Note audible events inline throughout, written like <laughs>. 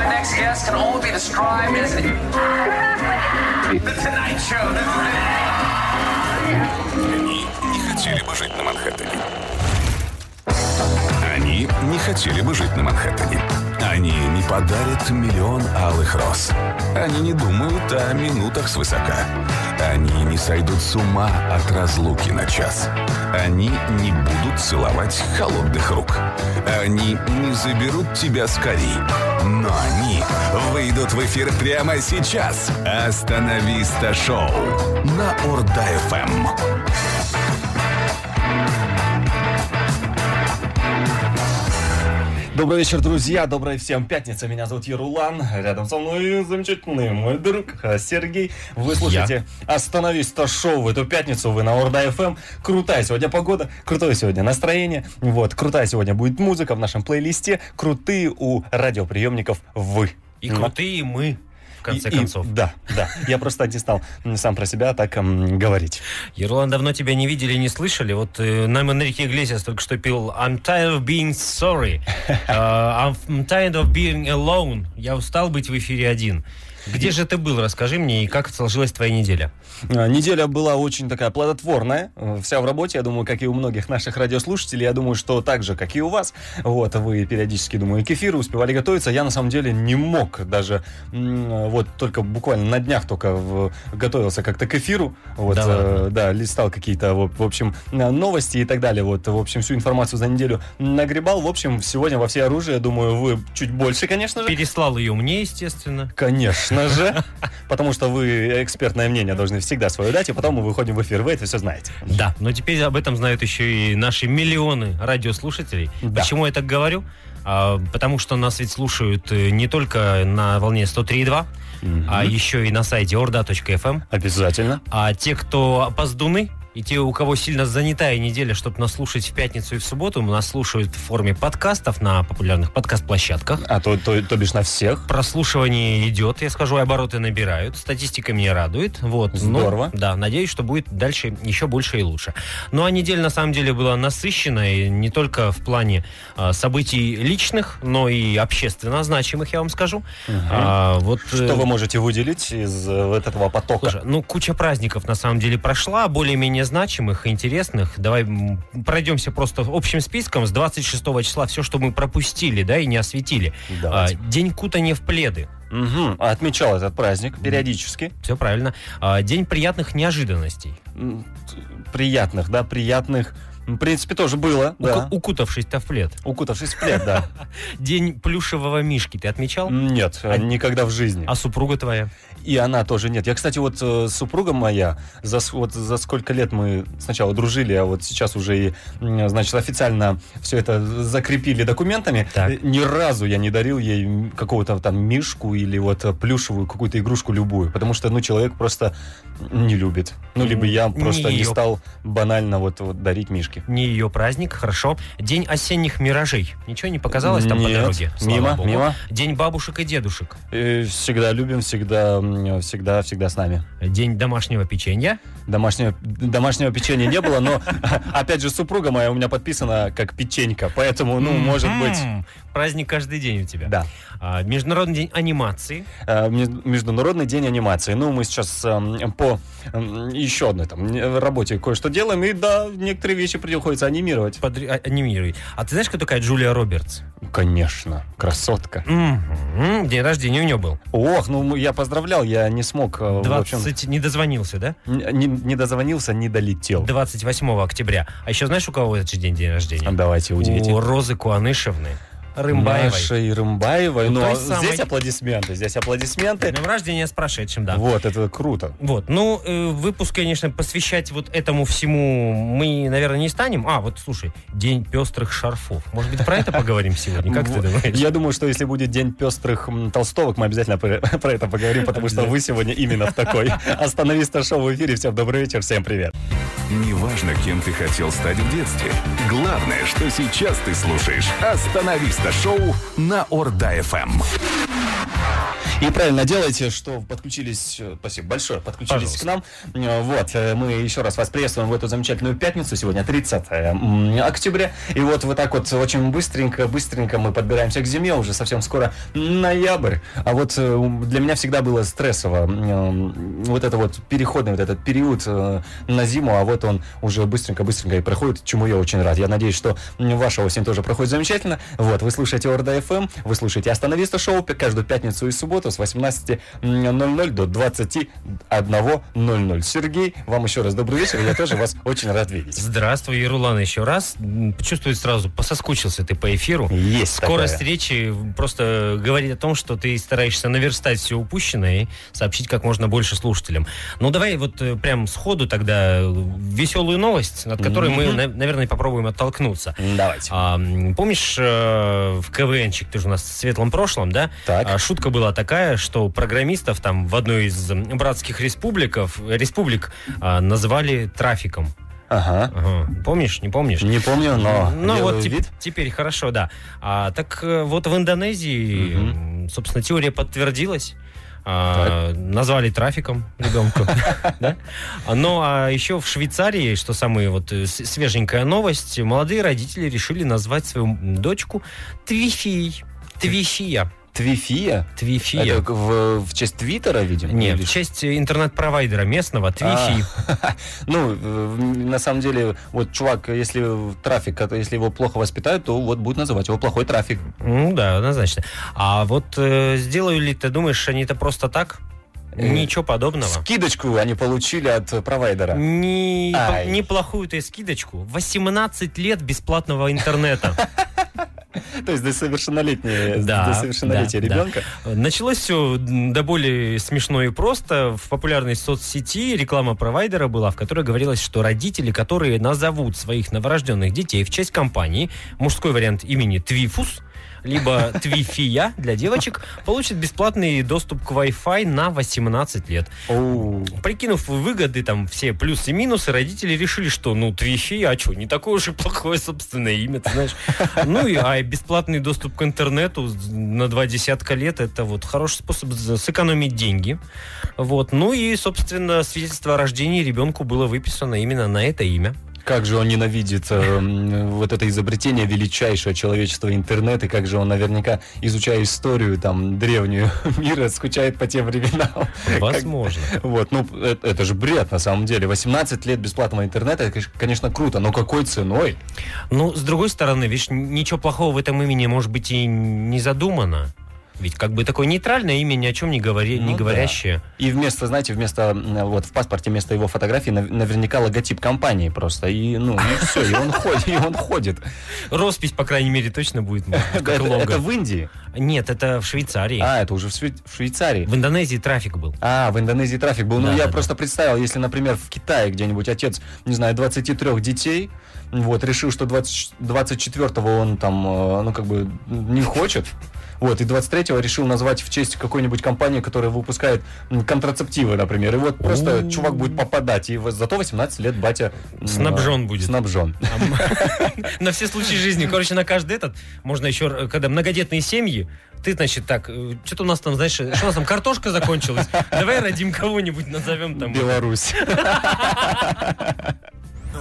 This can only be described as the Tonight Show. The Tonight Они не хотели бы жить на Манхэттене. Они не хотели бы жить на Манхэттене. Они не подарят миллион алых роз. Они не думают о минутах свысока. Они не сойдут с ума от разлуки на час. Они не будут целовать холодных рук. Они не заберут тебя скорей. Но они выйдут в эфир прямо сейчас. Остановиста шоу на Эм. Орда-ФМ. Добрый вечер, друзья. Добрая всем пятница. Меня зовут Ерулан. Рядом со мной замечательный мой друг э, Сергей. Вы слушаете «Остановись, то шоу». В эту пятницу вы на Орда ФМ. Крутая сегодня погода, крутое сегодня настроение. Вот, крутая сегодня будет музыка в нашем плейлисте. Крутые у радиоприемников вы. Ну, И крутые мы, в конце И- и- концов. да, да. Я просто не стал м, сам про себя так м, говорить. Ерлан, давно тебя не видели, не слышали. Вот э, нам Энрике Иглесиас только что пил I'm tired of being <laughs> sorry. Э, I'm tired of being alone. Я устал быть в эфире один. Где же ты был? Расскажи мне, и как сложилась твоя неделя? Э, Неделя была очень такая плодотворная, э, вся в работе, я думаю, как и у многих наших радиослушателей, я думаю, что так же, как и у вас, вот, вы периодически, думаю, к эфиру успевали готовиться, я на самом деле не мог даже, м, вот, только буквально на днях только в- готовился как-то к эфиру, вот, Да ладно? э, да, листал какие-то, в, в общем, э, новости и так далее, вот, в общем, всю информацию за неделю нагребал, в общем, сегодня во все оружие, думаю, вы чуть больше, конечно же, Переслал ее мне, естественно. Конечно же, потому что вы экспертное мнение должны всегда свое дать, и потом мы выходим в эфир, вы это все знаете. Да, но теперь об этом знают еще и наши миллионы радиослушателей. Да. Почему я так говорю? А, потому что нас ведь слушают э, не только на волне 103.2, а еще и на сайте orda.fm. Обязательно. А те, кто опоздуны, и те, у кого сильно занятая неделя, чтобы нас слушать в пятницу и в субботу, нас слушают в форме подкастов на популярных подкаст-площадках. А то, то, то бишь на всех. Прослушивание идет, я скажу, и обороты набирают. Статистика меня радует. Вот, ну, Здорово. да, надеюсь, что будет дальше еще больше и лучше. Ну, а неделя, на самом деле, была насыщенная, и не только в плане а, событий личных, но и общественно значимых, я вам скажу. А, вот, Что э, вы можете выделить из э, вот этого потока? Слушай, ну куча праздников на самом деле прошла, более-менее значимых, интересных. Давай м, пройдемся просто общим списком с 26 числа все, что мы пропустили, да, и не осветили. Давайте. А, День кутания в пледы. Мгм. А Отмечал этот праздник периодически. Все правильно. А, День приятных неожиданностей. М, т- Приятных, да, приятных. М, В принципе, тоже было, Уку- да. Укутавшись-то в плед. Укутавшись в плед, <laughs> да. День плюшевого мишки ты отмечал? Нет, А- никогда в жизни. А супруга твоя? И она тоже нет. Я, кстати, вот э, супруга моя, за, с- вот за сколько лет мы сначала дружили, а вот сейчас уже и, м, значит, официально все это закрепили документами. Так. Э, Ни разу я не дарил ей м, какого-то там мишку или вот э, плюшевую какую-то игрушку любую, потому что, ну, человек просто не любит. Ну, либо я Не просто не её. стал банально вот, вот дарить мишки. Не ее праздник, хорошо. День осенних миражей. Ничего не показалось там по Нет, дороге? Слава мимо, богу. мимо. День бабушек и дедушек. Э, Всегда любим, всегда, м, всегда, всегда с нами. День домашнего печенья. Домашнего, домашнего печенья не было, но, <laughs> опять же, супруга моя у меня подписана как печенька, поэтому, ну, может быть, М, Праздник каждый день у тебя. да. А, Международный день анимации. Э, Мез- Международный день анимации. Ну, мы сейчас эм, по эм, еще одной там э, работе кое-что делаем, и да, некоторые вещи приходится анимировать. Подри- а- анимируй. А ты знаешь, кто такая Джулия Робертс? Конечно, красотка. Мгм. День рождения у нее был. Ох, ну мы- я поздравлял, я не смог, э, в общем, 20... Не дозвонился, да? н- не, не дозвонился, не долетел. 28 октября. А еще знаешь, у кого этот же день, день рождения? Давайте У удивите. Розы Куанышевны. Рымбаевой. Нашей Рымбаевой. Ну, Но той самой. здесь аплодисменты, здесь С аплодисменты. Днем рождения с прошедшим, да. Вот, это круто. Вот, ну, э, выпуск, конечно, посвящать вот этому всему мы, наверное, не станем. А, вот, слушай, День пестрых шарфов. Может быть, про это поговорим сегодня? Ну, Как ты Вот. думаешь? Я думаю, что если будет день пестрых м, толстовок, мы обязательно про, <laughs> про это поговорим, потому что вы сегодня именно в такой. Остановись на шоу в эфире. Всем добрый вечер, всем привет. Неважно, кем ты хотел стать в детстве. Главное, что сейчас ты слушаешь «Остановиста» шоу на Орда-ФМ. И правильно делаете, что подключились, э, спасибо большое, подключились Пожалуйста. к нам. Э, Вот, э, мы еще раз вас приветствуем в эту замечательную пятницу, сегодня 30 м, октября. И вот вот так вот очень быстренько, быстренько мы подбираемся к зиме, уже совсем скоро ноябрь. А вот э, м, для меня всегда было стрессово, м, э, вот это вот переходный вот этот период э, на зиму, а вот он уже быстренько-быстренько и проходит, чему я очень рад. Я надеюсь, что м, ваша осень тоже проходит замечательно. Вот, вы слушаете Орда ФМ, вы слушаете Остановиста Шоу пи- каждую пятницу и субботу с 18.00 до 21.00. Сергей, вам еще раз добрый вечер, я тоже вас очень рад видеть. Здравствуй, Ерулан, еще раз. М, Чувствую сразу, пососкучился ты по эфиру. Есть Скорость такая. встречи просто говорит о том, что ты стараешься наверстать все упущенное и сообщить как можно больше слушателям. Ну, давай вот э, прям сходу тогда веселую новость, над которой мы, Мгм. на- наверное, попробуем оттолкнуться. М, Давайте. А, м, помнишь, э, в КВНчик, ты же у нас в светлом прошлом, да? Так. А, Шутка была такая, что программистов там в одной из м, братских республиков, э, республик а, назвали трафиком. Ага. Ага. Помнишь, не помнишь? Не помню, но Ну делаю вот теп- вид. теперь хорошо, да. А, так э, вот в Индонезии, Мгм. м, собственно, теория подтвердилась. А, назвали трафиком ребенка. <laughs> да? А, Ну, а еще в Швейцарии, что самая вот э, с- свеженькая новость, молодые родители решили назвать свою м, дочку Твифией. Твифия. Твифия? Твифия. Это к- в, в честь Твиттера, видимо? Нет, или в честь э, интернет-провайдера местного Твифи. А, <laughs> Ну, э, на самом деле, вот чувак, если в трафик, это если его плохо воспитают, то вот будут называть его плохой трафик. Ну да, однозначно. А вот э, сделали ли, ты думаешь, они это просто так? Э, Ничего подобного. Скидочку они получили от э, провайдера. Не- Ай. Неплохую ты скидочку. 18 лет бесплатного интернета. То есть до совершеннолетней, Да, до совершеннолетия да, да. ребенка. Началось все до более смешно и просто. В популярной соцсети реклама провайдера была, в которой говорилось, что родители, которые назовут своих новорожденных детей в честь компании, мужской вариант имени Твифус, либо Твифия для девочек, получат бесплатный доступ к Wi-Fi на 18 лет. Оу. Прикинув выгоды, там, все плюсы и минусы, родители решили, что, ну, Твифи, а что, не такое уж и плохое собственное имя, ты <laughs> знаешь. Ну, и, а и бесплатный доступ к интернету на два десятка лет, это вот хороший способ за- сэкономить деньги. Вот, ну и, собственно, свидетельство о рождении ребенку было выписано именно на это имя. Как же он ненавидит э, м, вот это изобретение величайшее человечество интернет, и как же он наверняка, изучая историю там древнюю <laughs> мира, скучает по тем временам. <laughs> Как- Возможно. Вот, ну, э- это, же бред, на самом деле. 18 лет бесплатного интернета, это, кон- конечно, круто, но какой ценой? Ну, с другой стороны, видишь, ничего плохого в этом имени, может быть, и не задумано. Ведь как бы такое нейтральное имя, ни о чем не, говори, Ну не да. говорящее. И вместо, знаете, вместо, м, вот, в паспорте, вместо его фотографии нав- наверняка логотип компании просто. И, ну, и все, и он <laughs> ходит, и он ходит. Роспись, по крайней мере, точно <laughs> будет, может быть, как Это, лого. это в Индии? Нет, это в Швейцарии. А, это уже в, Шве- в Швейцарии. В Индонезии трафик был. А, в Индонезии трафик был. Ну, Да, я да, да. просто представил, если, например, в Китае где-нибудь отец, не знаю, 23 детей, вот, решил, что 20, 24-го он там, э, ну, как бы, не хочет, вот, и 23-го решил назвать в честь какой-нибудь компании, которая выпускает м, контрацептивы, например. И вот просто О. чувак будет попадать, и вот зато 18 лет батя... м, Снабжен а, будет. Снабжен. А м- На все случаи жизни. Короче, на каждый этот можно еще, э, когда многодетные семьи, ты, значит, так, э, что-то у нас там, знаешь, что у нас там, картошка закончилась? Давай родим кого-нибудь, назовем там. Беларусь.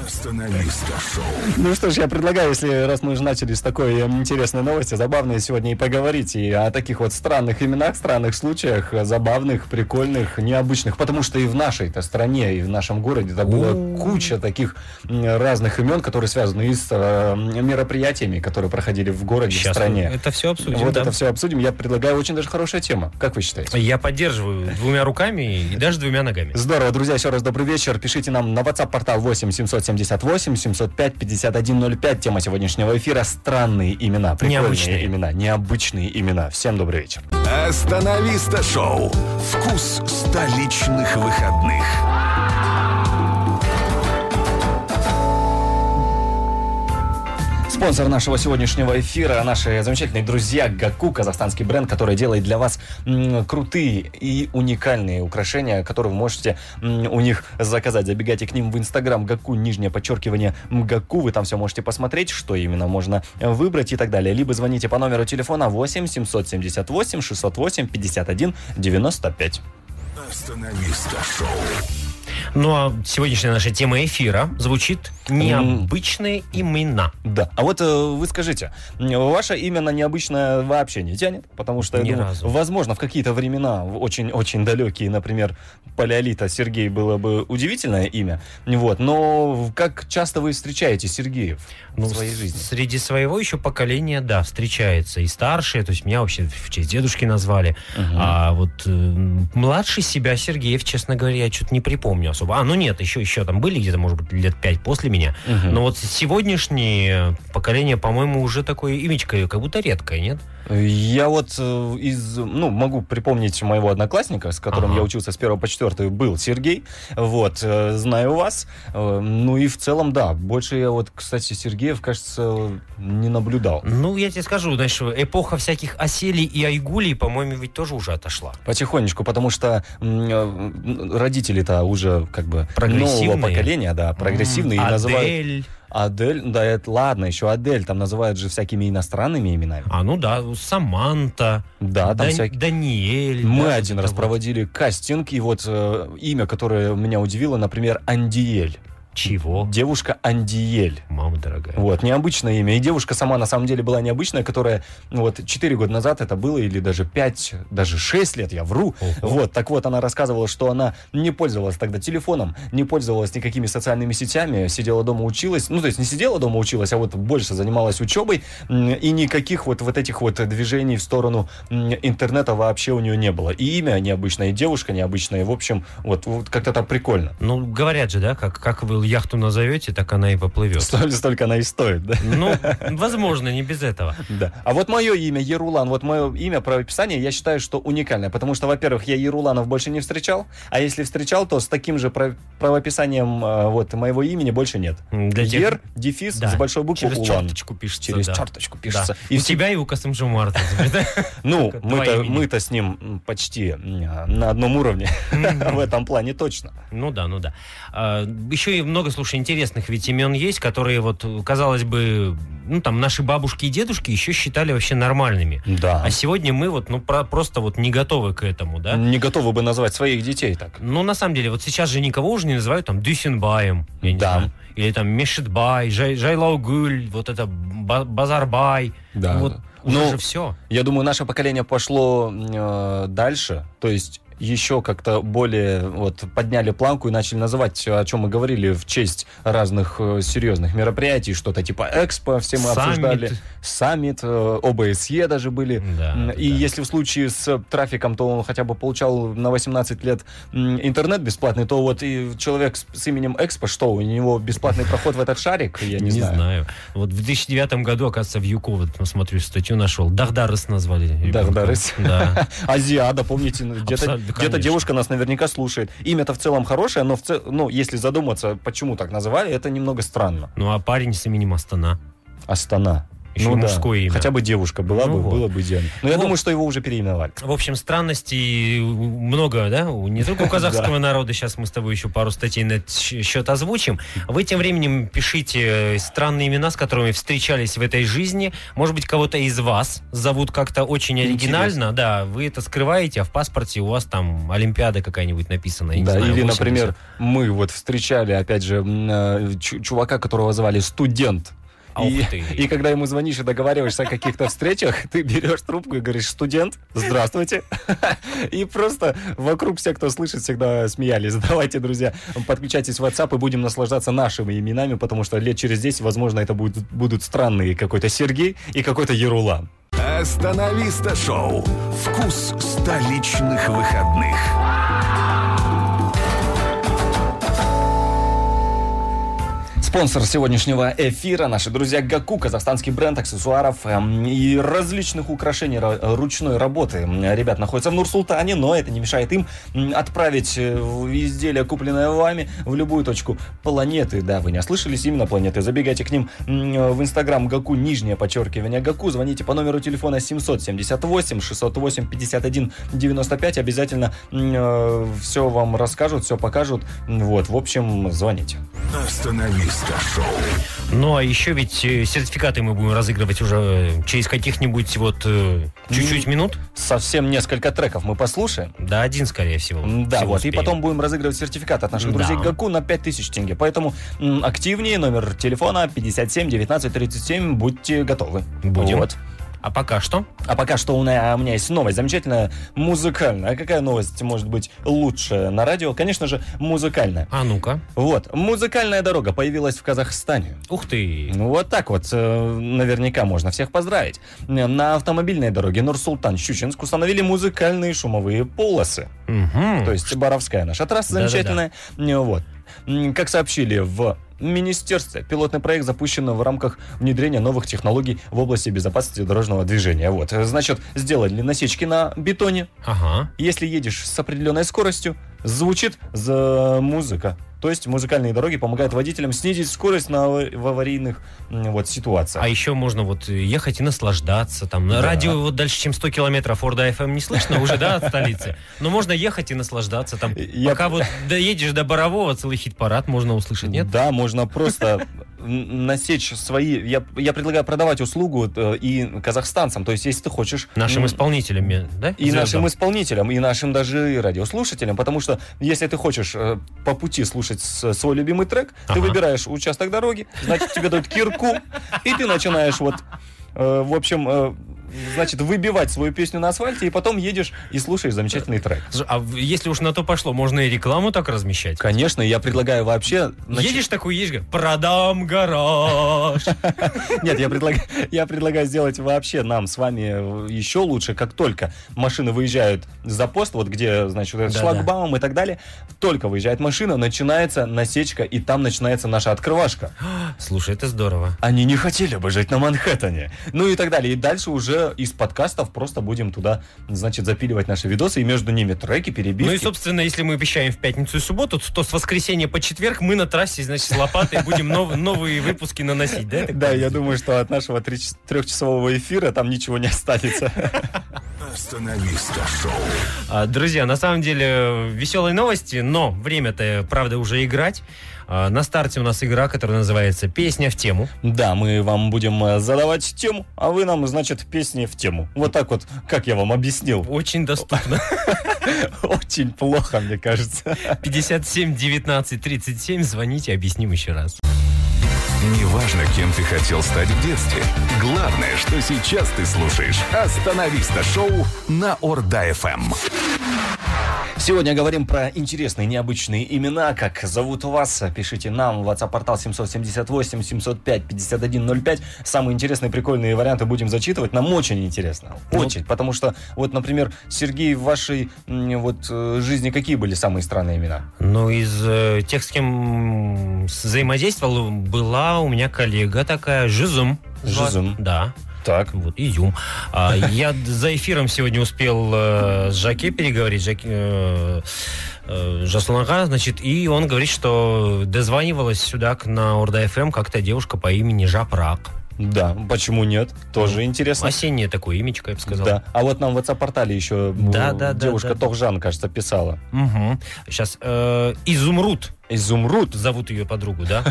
Остановиста шоу. Ну что ж, я предлагаю, если раз мы уже начали с такой э, интересной новости, забавной сегодня и поговорить и о таких вот странных именах, странных случаях, э, забавных, прикольных, необычных, потому что и в нашей-то стране, и в нашем городе да, было О. куча таких м, разных имен, которые связаны и с э, мероприятиями, которые проходили в городе, в Сейчас стране. это все обсудим. вот да. это все обсудим. Я предлагаю очень даже хорошая тема. Как вы считаете? Я поддерживаю двумя руками и даже двумя ногами. Здорово, друзья, еще раз добрый вечер. Пишите нам на WhatsApp-портал 8 778 705 5105. Тема сегодняшнего эфира «Странные имена». Прикольные Необычные. имена, необычные имена. Всем добрый вечер. Остановиста шоу. Вкус столичных выходных. С Спонсор нашего сегодняшнего эфира, наши замечательные друзья Гаку, казахстанский бренд, который делает для вас м, крутые и уникальные украшения, которые вы можете м, у них заказать. Забегайте к ним в инстаграм Гаку, нижнее подчеркивание Мгаку, вы там все можете посмотреть, что именно можно э, выбрать и так далее. Либо звоните по номеру телефона 8 778 608 51 95. Остановиста шоу. Ну а сегодняшняя наша тема эфира звучит необычные имена. Да. А вот э, вы скажите, м, ваше имя на необычное вообще не тянет? Потому что, я Ни думаю, разу. возможно, в какие-то времена, в очень-очень далекие, например, палеолита Сергей было бы удивительное имя. Вот. Но в- как часто вы встречаете Сергеев Ну, в своей с- жизни? Среди своего еще поколения, да, встречается. И старшие, то есть меня вообще в честь дедушки назвали. Мгм. А вот э, младше себя Сергеев, честно говоря, я что-то не припомню особо. А, ну нет, еще, еще там были где-то, может быть, лет пять после меня. Мгм. Но вот сегодняшнее поколение, по-моему, уже такое имечко, как будто редкое, нет? Я вот э, из, ну, могу припомнить моего одноклассника, с которым Ага. я учился с 1 по 4, был Сергей. Вот, э, знаю вас. Э, Ну и в целом, да, больше я вот, кстати, Сергеев, кажется, не наблюдал. Ну, я тебе скажу, знаешь, эпоха всяких оселей и айгулей, по-моему, ведь тоже уже отошла. Потихонечку, потому что м, э, родители-то уже как бы нового Прогрессивные. поколения, да, прогрессивные, Ну, и называют Адель. Адель, да, это ладно, еще Адель, там называют же всякими иностранными именами. А, ну да, Саманта. Да, там Дан- всякие. Даниэль. Мы да, один что-то раз вот. проводили кастинг, и вот э, имя, которое меня удивило, например, Андиель. Чего? Девушка Андиель. Мама дорогая. Вот, необычное имя. И девушка сама на самом деле была необычная, которая ну, вот 4 года назад это было, или даже 5, даже 6 лет, я вру. Ого. Вот, так вот, она рассказывала, что она не пользовалась тогда телефоном, не пользовалась никакими социальными сетями, сидела дома, училась. Ну, то есть не сидела дома, училась, а вот больше занималась учебой, м, и никаких вот, вот этих вот движений в сторону м, интернета вообще у нее не было. И имя необычное, и девушка необычная, и, в общем, вот, вот как-то так прикольно. Ну, говорят же, да, как, как вы яхту назовете, так она и поплывет. Столь- столько она и стоит, да? Ну, возможно, не без этого. Да. А вот мое имя Ерулан, вот мое имя правописание, я считаю, что уникальное, потому что, во-первых, я Еруланов больше не встречал, а если встречал, то с таким же прав- правописанием э, вот моего имени больше нет. Для тех- Ер, дефис Да. с большой буквы Через Улан. черточку пишется. Через да. черточку Да. Ну, типа, пишется. у И все- тебя и у Касымжумарта. ну, Два мы-то, имени. мы-то с ним м, почти м, а, на одном уровне <laughs> в этом плане точно. <laughs> Ну да, ну да. А, Еще и много, слушай, интересных ведь имен есть, которые вот, казалось бы, ну там наши бабушки и дедушки еще считали вообще нормальными. Да. А сегодня мы вот, ну, про- просто вот не готовы к этому, да? Не готовы бы назвать своих детей так. Ну, на самом деле, вот сейчас же никого уже не называют там Дюсенбаем, я не Да. знаю. Или там Мешитбай, Жай, Жайлаугуль, вот это Ба- Базарбай. Да. Вот уже Ну, же все. Я думаю, наше поколение пошло э, дальше, то есть еще как-то более вот подняли планку и начали называть, о чем мы говорили в честь разных э, серьезных мероприятий, что-то типа Экспо, все мы Саммит. обсуждали, саммит, э, ОБСЕ даже были. Да, М, И да. если в случае с трафиком, то он хотя бы получал на 18 лет м, интернет бесплатный, то вот и человек с, с именем Экспо, что, у него бесплатный проход в этот шарик? Я не, знаю. Вот в 2009 году, оказывается, в Юку, вот смотрю, статью нашел. Дахдарыс назвали. ребенка. Дахдарыс. Да. Азиада, помните, ну, где-то Абсолютно, где-то конечно. девушка нас наверняка слушает. Имя-то в целом хорошее, но в цел- ну, если задуматься, почему так называли, это немного странно. Ну, а парень с именем Астана. Астана. Еще ну, да. мужское имя. Хотя бы девушка была Ну бы, вот. Ну было бы идеально. Но я Вот. думаю, что его уже переименовали. В общем, странностей много, да? У- Не <laughs> только у казахского народа. Сейчас мы с тобой еще пару статей на этот щ- счет озвучим. Вы тем временем пишите э, странные имена, с которыми встречались в этой жизни. Может быть, кого-то из вас зовут как-то очень оригинально. Да, вы это скрываете, а в паспорте у вас там Олимпиада какая-нибудь написана. я не Да, знаю, или, 80. например, мы вот встречали, опять же, м, э, чу- чувака, которого звали студент. Ах и, А ты. и когда ему звонишь и договариваешься о каких-то встречах, ты берешь трубку и говоришь, студент, здравствуйте. <laughs> И просто вокруг все, кто слышит, всегда смеялись. <laughs> Давайте, друзья, подключайтесь в WhatsApp и будем наслаждаться нашими именами, потому что лет через 10, возможно, это будут, будут странные какой-то Сергей и какой-то Ерулан. Остановиста шоу. Вкус столичных выходных. Спонсор сегодняшнего эфира наши друзья Гаку, казахстанский бренд аксессуаров эм, и различных украшений ра- ручной работы. М, Ребят находятся в Нур-Султане, но это не мешает им м, отправить э, в- изделие, купленное вами, в любую точку планеты. Да, вы не ослышались, именно планеты. Забегайте к ним м, э, в инстаграм Гаку, нижнее подчеркивание Гаку. Звоните по номеру телефона 778-608-5195. Обязательно все вам расскажут, все покажут. М, Вот, в общем, звоните. Остановиста шоу. Ну, а еще ведь э, сертификаты мы будем разыгрывать уже э, через каких-нибудь вот э, чуть-чуть минут. Совсем несколько треков мы послушаем. Да, один, скорее всего. М, Да, Всего вот. И успеем. потом будем разыгрывать сертификат от наших Да. друзей Гаку на 5000 тенге. Поэтому м, активнее, номер телефона 57 19 37, будьте готовы. Будем. Вот. А пока что? А пока что у меня, у меня есть новость, замечательная, музыкальная. А какая новость может быть лучше на радио? Конечно же, музыкальная. А ну-ка. Вот, музыкальная дорога появилась в Казахстане. Ух ты. Ну, вот так вот, э, наверняка можно всех поздравить. На автомобильной дороге Нур-Султан-Щучинск установили музыкальные шумовые полосы. Мгм. То есть Боровская наша трасса Хм. Да-да-да. замечательная. Э, Вот. М, Как сообщили в министерстве, пилотный проект запущен в рамках внедрения новых технологий в области безопасности дорожного движения. Вот. Э, Значит, сделали насечки на бетоне. Ага. Если едешь с определенной скоростью, звучит за музыка. То есть музыкальные дороги помогают водителям снизить скорость на ава- в аварийных м, вот, ситуациях. А еще можно вот ехать и наслаждаться. Там Да. радио вот дальше, чем 100 километров Форда FM не слышно <laughs> уже, да, от столицы. Но можно ехать и наслаждаться. Там, Я- пока вот доедешь до Борового, целый хит-парад можно услышать, нет? Да, можно просто н- насечь свои... Я, я предлагаю продавать услугу э, и казахстанцам. То есть, если ты хочешь... Нашим м, исполнителями, да? И звездам? нашим исполнителям, и нашим даже и радиослушателям, потому что если ты хочешь э, по пути слушать с- свой любимый трек, Ага. ты выбираешь участок дороги, значит, тебе дают кирку, и ты начинаешь вот, э, в общем, э, значит, выбивать свою песню на асфальте, и потом едешь и слушаешь замечательный трек. Слушай, А в- если уж на то пошло, можно и рекламу так размещать? Конечно, я предлагаю вообще... нач- Едешь такой, едешь, говоришь, <laughs> продам гараж. Нет, я предлагаю, я предлагаю сделать вообще нам с вами э, еще лучше, как только машины выезжают за пост, вот где, значит, этот Да-да. шлагбаум и так далее, только выезжает машина, начинается насечка, и там начинается наша открывашка. Слушай, это здорово. Они не хотели бы жить на Манхэттене. Ну и так далее. И дальше уже из подкастов просто будем туда, значит, запиливать наши видосы, и между ними треки, перебивки. Ну и, собственно, если мы обещаем в пятницу и субботу, то с воскресенья по четверг мы на трассе, значит, с лопатой будем нов- новые выпуски наносить, да? я так Да, понимаю? я думаю, что от нашего треч- трехчасового эфира там ничего не останется. Остановиста шоу. А, Друзья, на самом деле веселые новости, но время-то, правда, уже играть. А, На старте у нас игра, которая называется «Песня в тему». Да, мы вам будем э, задавать тему, а вы нам, значит, песни в тему. Вот так вот, как я вам объяснил. <laughs> Очень доступно. <laughs> Очень плохо, мне кажется. 57 19 37. Звоните, объясним еще раз. Неважно, кем ты хотел стать в детстве. Главное, что сейчас ты слушаешь «Остановиста шоу» на Орда-ФМ. Сегодня говорим про интересные, необычные имена. Как зовут вас? Пишите нам в WhatsApp-портал 778-705-5105. Самые интересные, прикольные варианты будем зачитывать. Нам очень интересно. Ну. Очень. Потому что, вот, например, Сергей, в вашей м, вот, э, жизни какие были самые странные имена? Ну, из э, тех, с кем м, взаимодействовал, была у меня коллега такая, Жизум. Жизум. Да. Так. Вот, изюм. А, я д- за эфиром сегодня успел э, с Жаке переговорить, Жаке, э, э, Жасуланга, значит, и он говорит, что дозванивалась сюда к- на Орда-ФМ как-то девушка по имени Жапрак. Да, Ну, почему нет? Тоже интересно. Осеннее такое имечко, я бы сказал. Да. А вот нам в WhatsApp-портале еще м, Да, да, да, девушка да, да. Тохжан, кажется, писала. Сейчас, э, Изумруд Изумруд. зовут ее <laughs> подругу, да?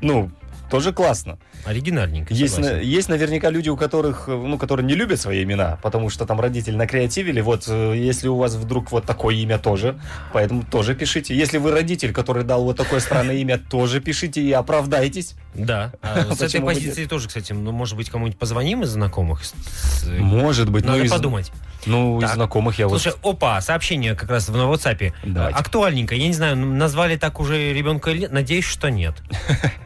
Ну, тоже классно. Оригинальненько, Есть, на- согласен. есть наверняка люди, у которых, э, ну, которые не любят свои имена, потому что там родители накреативили. Вот э, если у вас вдруг вот такое имя тоже, поэтому тоже пишите. Если вы родитель, который дал вот такое странное имя, тоже пишите и оправдайтесь. <laughs> Да. А С этой Почему бы нет? позиции тоже, кстати, ну, может быть, кому-нибудь позвоним из знакомых? С- с- Может быть, Надо ну, из- подумать. Ну, из Так. знакомых я вот... Слушай, опа, сообщение как раз в на WhatsApp. Давайте. Актуальненько. Я не знаю, назвали так уже ребенка или нет? Надеюсь, что <laughs> нет.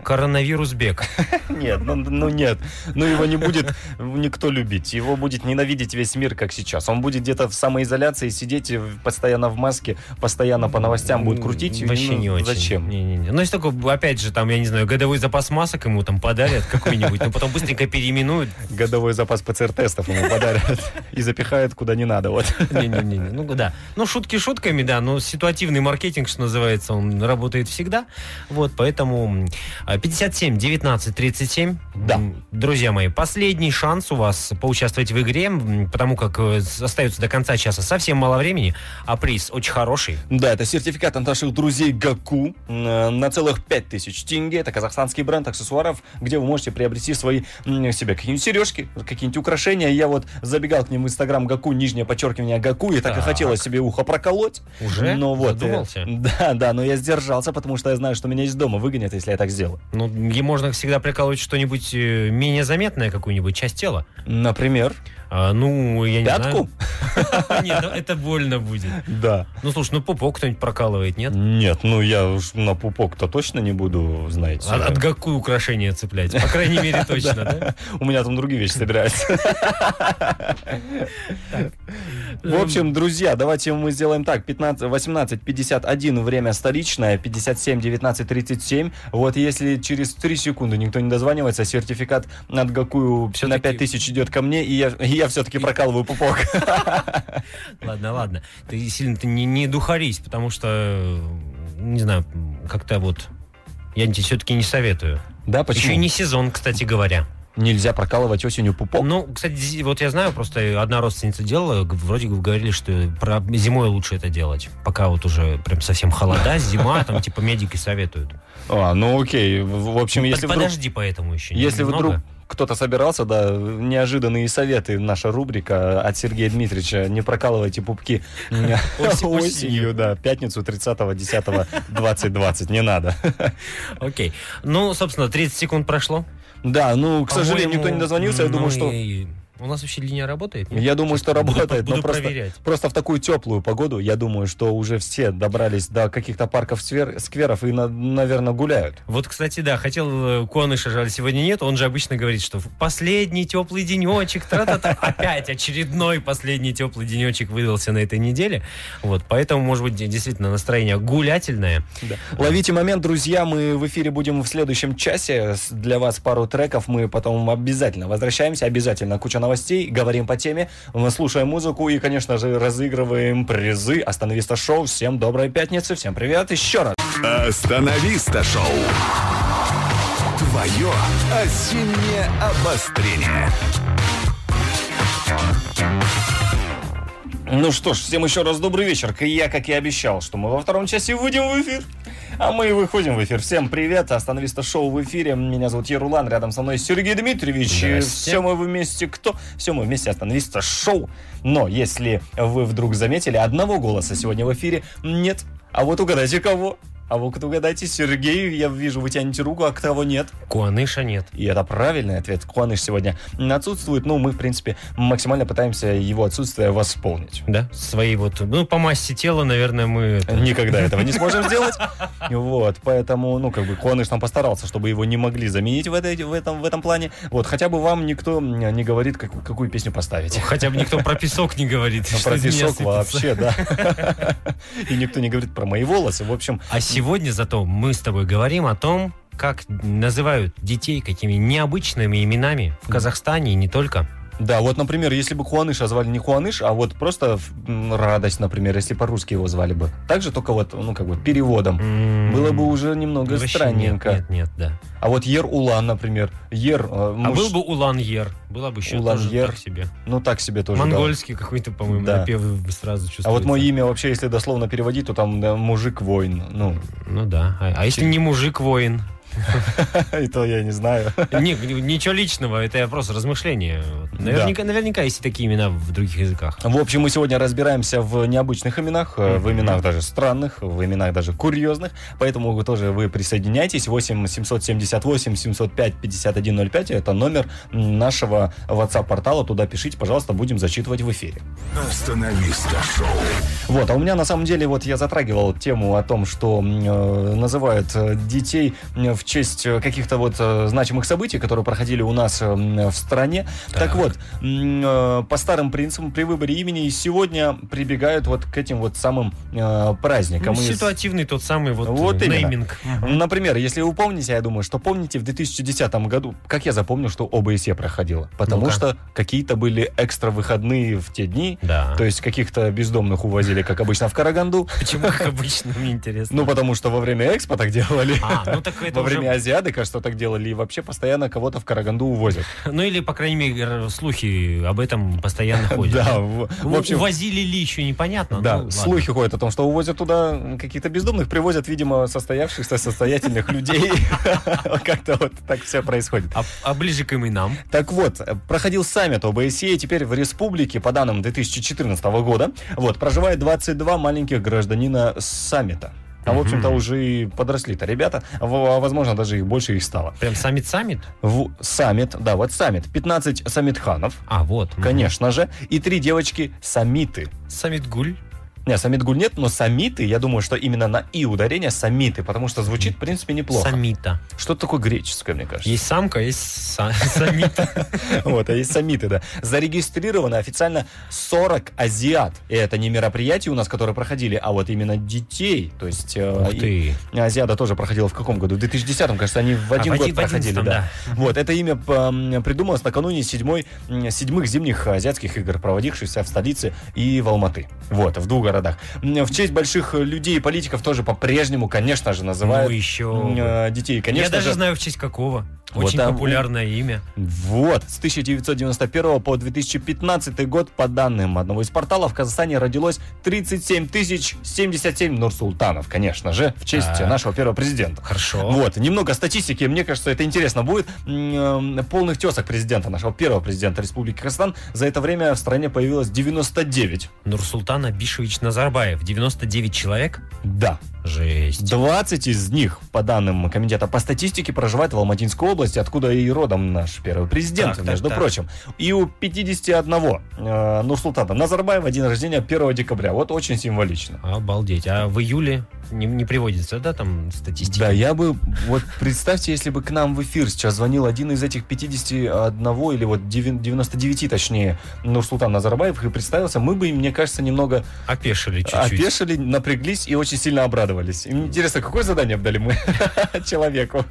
Коронавирус бег. Нет, ну, ну нет. Ну его не будет никто любить. Его будет ненавидеть весь мир, как сейчас. Он будет где-то в самоизоляции сидеть и в- постоянно в маске, постоянно по новостям будет крутить. и, Вообще ну, не очень. Зачем? Не-не-не. Ну, если только, опять же, там, я не знаю, годовой запас масок ему там подарят какой-нибудь, но потом быстренько переименуют. Годовой запас ПЦР-тестов ему подарят <laughs> и запихают куда не надо. Вот. Не-не-не, ну да. Ну, шутки шутками, да, но ситуативный маркетинг, что называется, он работает всегда. Вот, поэтому м, а, 57 19 37. Да. М, Друзья мои, последний шанс у вас поучаствовать в игре, м, потому как э, с- остается до конца часа совсем мало времени, а приз очень хороший. Да, это сертификат от наших друзей Гаку э, на целых 5000 тенге. Это казахстанский бренд аксессуаров, где вы можете приобрести свои м, себе какие-нибудь сережки, какие-нибудь украшения. Я вот забегал к ним в инстаграм Гаку, нижнее подчеркивание Гаку, и так, и Так. хотела себе ухо проколоть. Уже? Но вот, э, Задумался? <laughs> да, да, но я сдержался, потому что я знаю, что меня из дома выгонят, если я так сделаю. Ну, ей можно всегда приколоть что-нибудь э, менее заметное, какую-нибудь часть тела. Например, А, ну, я не пятку? знаю. <laughs> Нет, ну, это больно будет. <laughs> Да. Ну, слушай, ну пупок кто-нибудь прокалывает, нет? Нет, ну я уж на пупок-то точно не буду, знаете. От, от какую украшение цеплять? <laughs> По крайней мере, точно, да? У меня там другие вещи собираются. В общем, друзья, давайте мы сделаем так. 15, 18.51 время столичное, 57.19.37. Вот если через 3 секунды никто не дозванивается, сертификат над Гакую на Всё-таки- 5000 идет ко мне, и я, и я все-таки прокалываю <laughs> пупок. Ладно, ладно. Ты сильно ты не, не духарись, потому что, э, не знаю, как-то вот... Я тебе все-таки не советую. Да, Еще и не сезон, кстати говоря. Нельзя прокалывать осенью пупок. Ну, кстати, зи- вот я знаю, просто одна родственница делала, г- вроде бы говорили, что про зимой лучше это делать. Пока вот уже прям совсем холода, зима, там типа медики советуют. А, ну окей. В в общем, если вдруг... Под- ну, Подожди поэтому еще. Если немного. вдруг кто-то собирался, да, неожиданные советы, наша рубрика от Сергея Дмитриевича, не прокалывайте <laughs> пупки осенью, да, пятницу 30 10 2020, не надо. Окей. Ну, собственно, 30 секунд прошло. Да, ну, к сожалению, По-моему, никто не дозвонился, я ну думаю, что... и- У нас вообще линия работает? нет? Я думаю, что Буду- работает, Буду но просто, проверять. просто в такую теплую погоду, я думаю, что уже все добрались до каких-то парков, свер- скверов и, наверное, гуляют. Вот, кстати, да, хотел э, Куаныша, жаль, сегодня нет. Он же обычно говорит, что в последний теплый денечек, <laughs> тра-та-та. Опять очередной последний теплый денечек выдался на этой неделе. Вот, поэтому, может быть, де- действительно настроение гулятельное. Да. Ловите момент, друзья. Мы в эфире будем в следующем часе. С- Для вас пару треков. Мы потом обязательно возвращаемся. Обязательно куча новостей. Говорим по теме. Мы слушаем музыку и, конечно же, разыгрываем призы. Остановиста шоу. Всем доброй пятницы. Всем привет. Еще раз. Остановиста шоу. Твое осеннее обострение. Ну что ж, всем еще раз добрый вечер. И я, как и обещал, что мы во втором часе выйдем в эфир. А мы и выходим в эфир. Всем привет. Остановиста шоу в эфире. Меня зовут Ерулан. Рядом со мной Сергей Дмитриевич. И Здрасте. Все мы вместе кто? Все мы вместе остановиста шоу. Но если вы вдруг заметили, одного голоса сегодня в эфире нет. А вот угадайте кого. А вот угадайте Сергею. Я вижу, вы тянете руку, а кого нет. Куаныша нет. И это правильный ответ. Куаныш сегодня отсутствует, но мы, в принципе, максимально пытаемся его отсутствие восполнить. Да, свои вот, ну, по массе тела, наверное, мы... <laughs> это- Никогда этого не сможем сделать. Вот, поэтому, ну, как бы, Куаныш там постарался, чтобы его не могли заменить в, этой, в, этом, в этом плане. Вот, хотя бы вам никто м, не говорит, как- какую песню поставить. Хотя бы никто про песок не говорит. Ну, что Про из меня песок сыпется. вообще, да. И никто не говорит про мои волосы. В общем, А сегодня зато мы с тобой говорим о том, как называют детей какими необычными именами в Казахстане и не только. да, вот, например, если бы Куаныша звали не Куаныш, а вот просто м, Радость, например, если по-русски его звали бы. Также только вот, ну, как бы, переводом. Было бы уже немного Вообще странненько. Нет, нет, нет, да. А вот Ер Улан, например. Ер... э, А муж- был бы Улан-Ер, было бы еще тоже Улан-Ер. так себе. Ну, так себе тоже, да. Монгольский какой-то, по-моему, Да. напев сразу чувствуется. А вот мое имя вообще, если дословно переводить, то там да, мужик-воин. Ну, <laughs> Ну да. А, а если не мужик-воин? И то я не знаю. Не, ничего личного, это просто размышление. Наверняка, наверняка есть и такие имена в других языках. В общем, мы сегодня разбираемся в необычных именах, э, в именах даже странных, в именах даже курьезных. Поэтому вы тоже вы присоединяйтесь. 8 778 705 5105 это номер нашего WhatsApp-портала. Туда пишите, пожалуйста, будем зачитывать в эфире. Остановиста шоу. Вот, а у меня на самом деле, вот я затрагивал тему о том, что м, э, называют э, детей м, в честь э, каких-то вот э, значимых событий, которые проходили у нас э, м, в стране. Так, вот, м, э, по старым принципам при выборе имени и сегодня прибегают вот к этим вот самым э, праздникам. Ну, И с- ситуативный тот самый вот, Вот э, именно. нейминг. Например, если вы помните, я думаю, что помните в 2010 году, как я запомнил, что ОБСЕ проходила. Потому Ну-ка. что какие-то были экстра выходные в те дни. Да. То есть каких-то бездомных увозили, как обычно, в Караганду. <laughs> Почему как обычно, мне интересно. Ну, потому что во время Экспо так делали. А, ну так <laughs> это Во время уже... Азиады, кажется, так делали. И вообще постоянно кого-то в Караганду увозят. Ну или, по крайней мере, слухи об этом <laughs> постоянно ходят. Да, в, в В общем... Возили ли еще непонятно. Да, ну, ладно. слухи ходят о том, что увозят туда каких-то бездомных, привозят, видимо, состоявшихся, состоятельных людей. <laughs> Как-то вот так все происходит. А, а ближе к именам. Так вот, э, проходил саммит ОБСЕ, и теперь в республике, по данным 2014 года, вот, проживает 22 маленьких гражданина саммита. А, в общем-то, уже и подросли-то ребята, а во- а, возможно, даже их больше их стало. Прям саммит-саммит? В саммит, да, вот саммит, 15 саммитханов, А, вот. мгм. конечно же, и три девочки саммиты. Саммит-гуль. Не, саммитгуль нет, но саммиты, я думаю, что именно на и ударение саммиты, потому что звучит, в принципе, неплохо. Саммита. Что-то такое греческое, мне кажется. Есть самка, есть са- <laughs> саммита. <laughs> Вот, а есть саммиты, да. Зарегистрировано официально 40 азиат. И это не мероприятия у нас, которые проходили, а вот именно детей. То есть э, Ух ты. А, и- Азиада тоже проходила в каком году? В 2010, кажется, они в один в год один- в проходили. 11-м, да. Вот, это имя м, придумалось накануне седьмой, м, седьмых зимних азиатских игр, проводившихся в столице и в Алматы. Вот, в двух городах. М, В честь больших людей и политиков тоже по-прежнему, конечно же, называют Ну еще м, э, детей. Конечно Я даже же, знаю, в честь какого. Вот Очень там- популярное имя. вот, с 1991 по 2015 год, по данным одного из порталов, в Казахстане родилось 37 тысяч 77 нурсултанов, конечно же, в честь Так. нашего первого президента. Хорошо. Вот, немного статистики, мне кажется, это интересно будет. М, э, Полных тесок президента, нашего первого президента Республики Казахстан, за это время в стране появилось 99. Нурсултан Абишевич Назарбаев. 99 человек. Да, Жесть. 20 из них, по данным комитета по статистике, проживает в Алматинской области, откуда и родом наш первый президент, Так, так, между так. прочим. И у 51 э, Нурсултана Назарбаева день рождения 1 декабря. Вот очень символично. Обалдеть. А в июле не, не приводится, да, там статистика? Да, я бы, вот представьте, если бы к нам в эфир сейчас звонил один из этих 51 или вот 9 99, точнее, Нурсултан Назарбаев и представился, мы бы, мне кажется, немного Опешили А, чуть-чуть. опешили, напряглись и очень сильно обрадовались. Им интересно, какое задание обдали мы <laughs> человеку?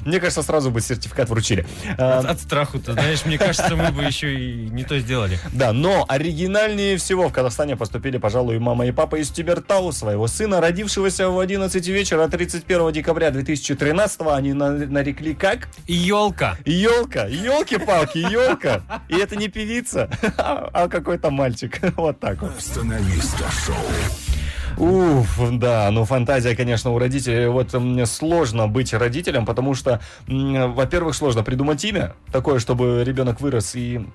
Мне кажется, сразу бы сертификат вручили. А, От, от страху-то, знаешь, мне кажется, мы бы еще и не то сделали. Да, но оригинальнее всего в Казахстане поступили, пожалуй, мама и папа из Тибертау, своего сына, родившегося в 11 вечера 31 декабря 2013 они на- нарекли как? И елка. Елка, елки-палки, елка. И это не певица, <laughs> а какой-то мальчик. <laughs> Вот так вот. Остановиста шоу. Уф, да, ну фантазия, конечно, у родителей. Вот м, сложно быть родителем, потому что, м, во-первых, сложно придумать имя такое, чтобы ребенок вырос и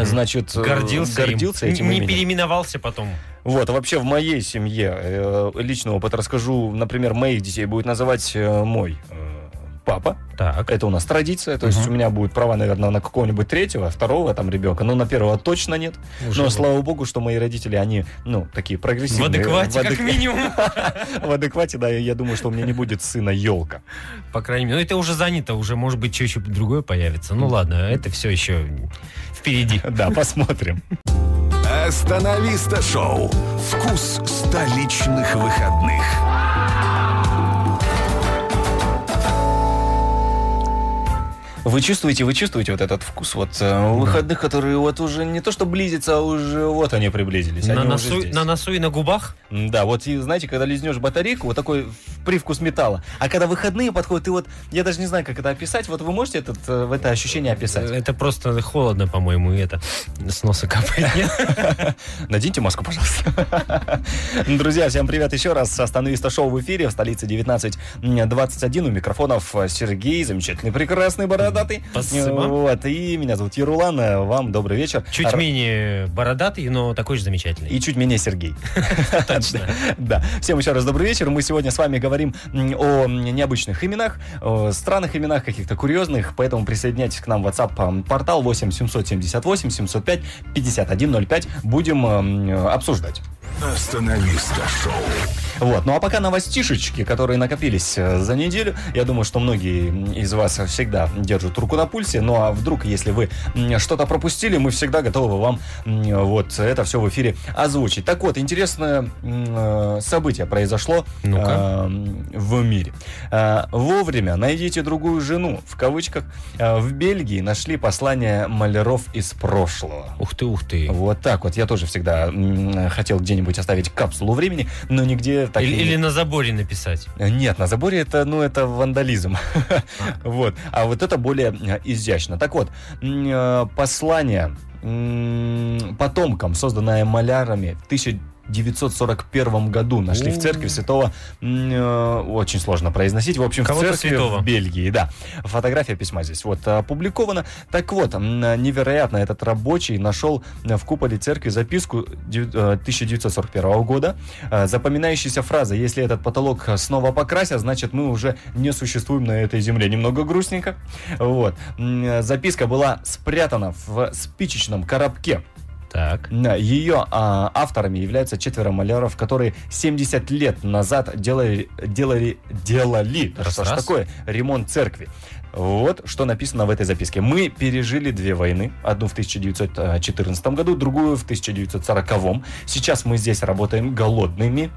Значит, э, Гордился, им. гордился этим Не именем. переименовался потом. Вот, вообще в моей семье э, личный опыт расскажу. Например, моих детей будет называть э, мой э, папа. Так. Это у нас традиция, то есть Мгм. у меня будет права, наверное, на какого-нибудь третьего, второго там ребенка, но на первого точно нет. Уже но было. ну, слава богу, что мои родители, они, ну, такие В прогрессивные. адеквате, В адек- как минимум. <laughs> в адеквате, да, я думаю, что у меня не будет сына елка. По крайней мере. Ну, это уже занято, уже, может быть, что еще другое появится. Ну, ладно, это все еще впереди. Да, посмотрим. Остановиста шоу. Вкус столичных выходных. Вы чувствуете, вы чувствуете вот этот вкус вот э, выходных, которые вот уже не то что близится, а уже вот они приблизились. На они уже носу, здесь. на носу и на губах? Да, вот и знаете, когда лизнешь батарейку, вот такой привкус металла. А когда выходные подходят, ты вот, я даже не знаю, как это описать, вот вы можете этот, э, это ощущение описать? Это просто холодно, по-моему, и это с <laughs> носа капает. Нет? Наденьте маску, пожалуйста. <laughs> Друзья, всем привет еще раз. Остановиста шоу в эфире в столице 19.21. У микрофонов э, Сергей, замечательный, прекрасный, бородатый. Спасибо. Вот, и меня зовут Ярулан. э, Вам добрый вечер. Чуть Р- менее бородатый, но такой же замечательный. И чуть менее Сергей. Точно. <laughs> Да. Всем еще раз добрый вечер. Мы сегодня с вами говорим м, о м, необычных именах, о странных именах, каких-то курьезных. Поэтому присоединяйтесь к нам в WhatsApp м, портал 8 778 705 5105. Будем м, э, обсуждать. Остановиста шоу. Вот. Ну а пока новостишечки, которые накопились э, за неделю. Я думаю, что многие м, из вас всегда держат руку на пульсе. Ну а вдруг, если вы м, что-то пропустили, мы всегда готовы вам м, вот это все в эфире озвучить. Так вот, интересное м, э, событие произошло Ну-ка. э, в мире. Э, Вовремя найдите другую жену. В кавычках э, в Бельгии нашли послание маляров из прошлого. Ух ты, ух ты. Вот так вот. Я тоже всегда м, хотел где-нибудь оставить капсулу времени, но нигде так и Или, не- или на заборе написать. Нет, на заборе это, ну, это вандализм. <laughs> Вот. А вот это более э, изящно. Так вот, м, э, послание м, потомкам, созданное малярами в 1941 году нашли в О. церкви святого, м, э, очень сложно произносить, в общем, в Кого-то церкви святого. в Бельгии, да. Фотография письма здесь вот э, опубликована. Так вот, м, невероятно, этот рабочий нашел в куполе церкви записку девя- э, 1941 года. Э, Запоминающаяся фраза «Если этот потолок снова покрасят, значит мы уже не существуем на этой земле». Немного грустненько. Вот. М, э, Записка была спрятана в спичечном коробке. Так. Да, Ее а, авторами являются четверо маляров, которые 70 лет назад делали, делали, делали Раз, что ж раз. такое, ремонт церкви. Вот что написано в этой записке. Мы пережили две войны. Одну в 1914 году, другую в 1940. Сейчас мы здесь работаем голодными.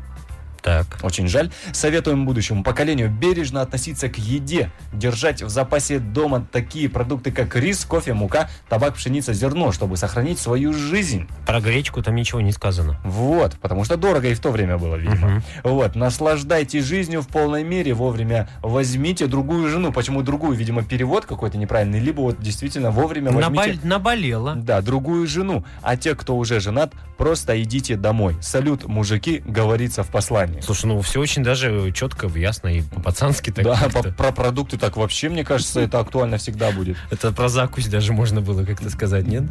Так. Очень жаль. Советуем будущему поколению бережно относиться к еде, держать в запасе дома такие продукты, как рис, кофе, мука, табак, пшеница, зерно, чтобы сохранить свою жизнь. Про гречку там ничего не сказано. Вот, потому что дорого и в то время было, видимо. Мгм. Вот, наслаждайтесь жизнью в полной мере, вовремя возьмите другую жену. Почему другую? Видимо, перевод какой-то неправильный, либо вот действительно вовремя Ну, возьмите... Наболь- Наболело. Да, другую жену. А те, кто уже женат, просто идите домой. Салют, мужики, говорится в послании. Слушай, ну все очень даже четко, ясно и по-пацански так да, как-то. по- про продукты так вообще, мне кажется, это актуально всегда будет. <laughs> Это про закусь даже можно было как-то сказать, нет?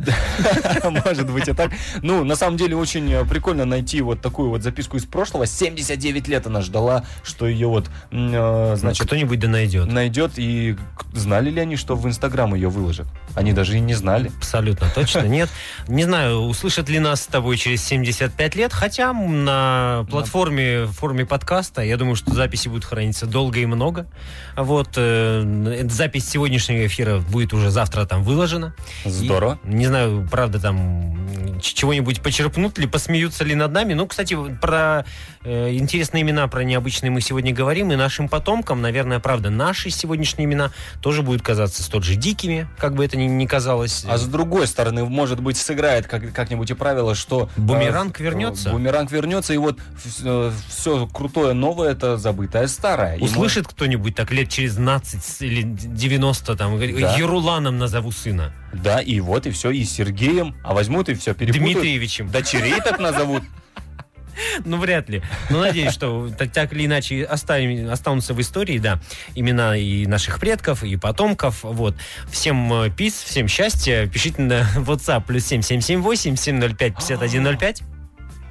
Может быть и так. Ну, на самом деле, очень э, прикольно найти вот такую вот записку из прошлого. 79 лет она ждала, что ее вот, м, э, значит, Ну, кто-нибудь да найдет. найдет. И к- знали ли они, что в Инстаграм ее выложат? Они даже и не знали. Абсолютно точно, нет. Не знаю, услышат ли нас с тобой через 75 лет, хотя на платформе в форме подкаста, я думаю, что записи будут храниться долго и много. Вот, э, эта запись сегодняшнего эфира будет уже завтра там выложена. Здорово. И, не знаю, правда, там ч- чего-нибудь почерпнут ли, посмеются ли над нами. Ну, кстати, про э, интересные имена, про необычные мы сегодня говорим, и нашим потомкам, наверное, правда, наши сегодняшние имена тоже будут казаться столь же дикими, как бы это ни, ни казалось. А с другой стороны, может быть, сыграет как- как-нибудь и правило, что... э, Бумеранг вернется? Бумеранг вернется, и вот все крутое новое, это забытое старое. И мы- Э, Услышит кто-нибудь так лет через 15 или 90 там, и говорит, Да. Еруланом назову сына. Да, и вот, и все, и с Сергеем. А возьмут, и все перепутают. Дмитриевичем. Дочерей так назовут. Ну, вряд ли. Но надеюсь, что так, так или иначе оставим- останутся в истории, да, имена и наших предков, и потомков. Вот. Всем э, пис, всем счастья. Пишите на WhatsApp плюс 7778 705 5105.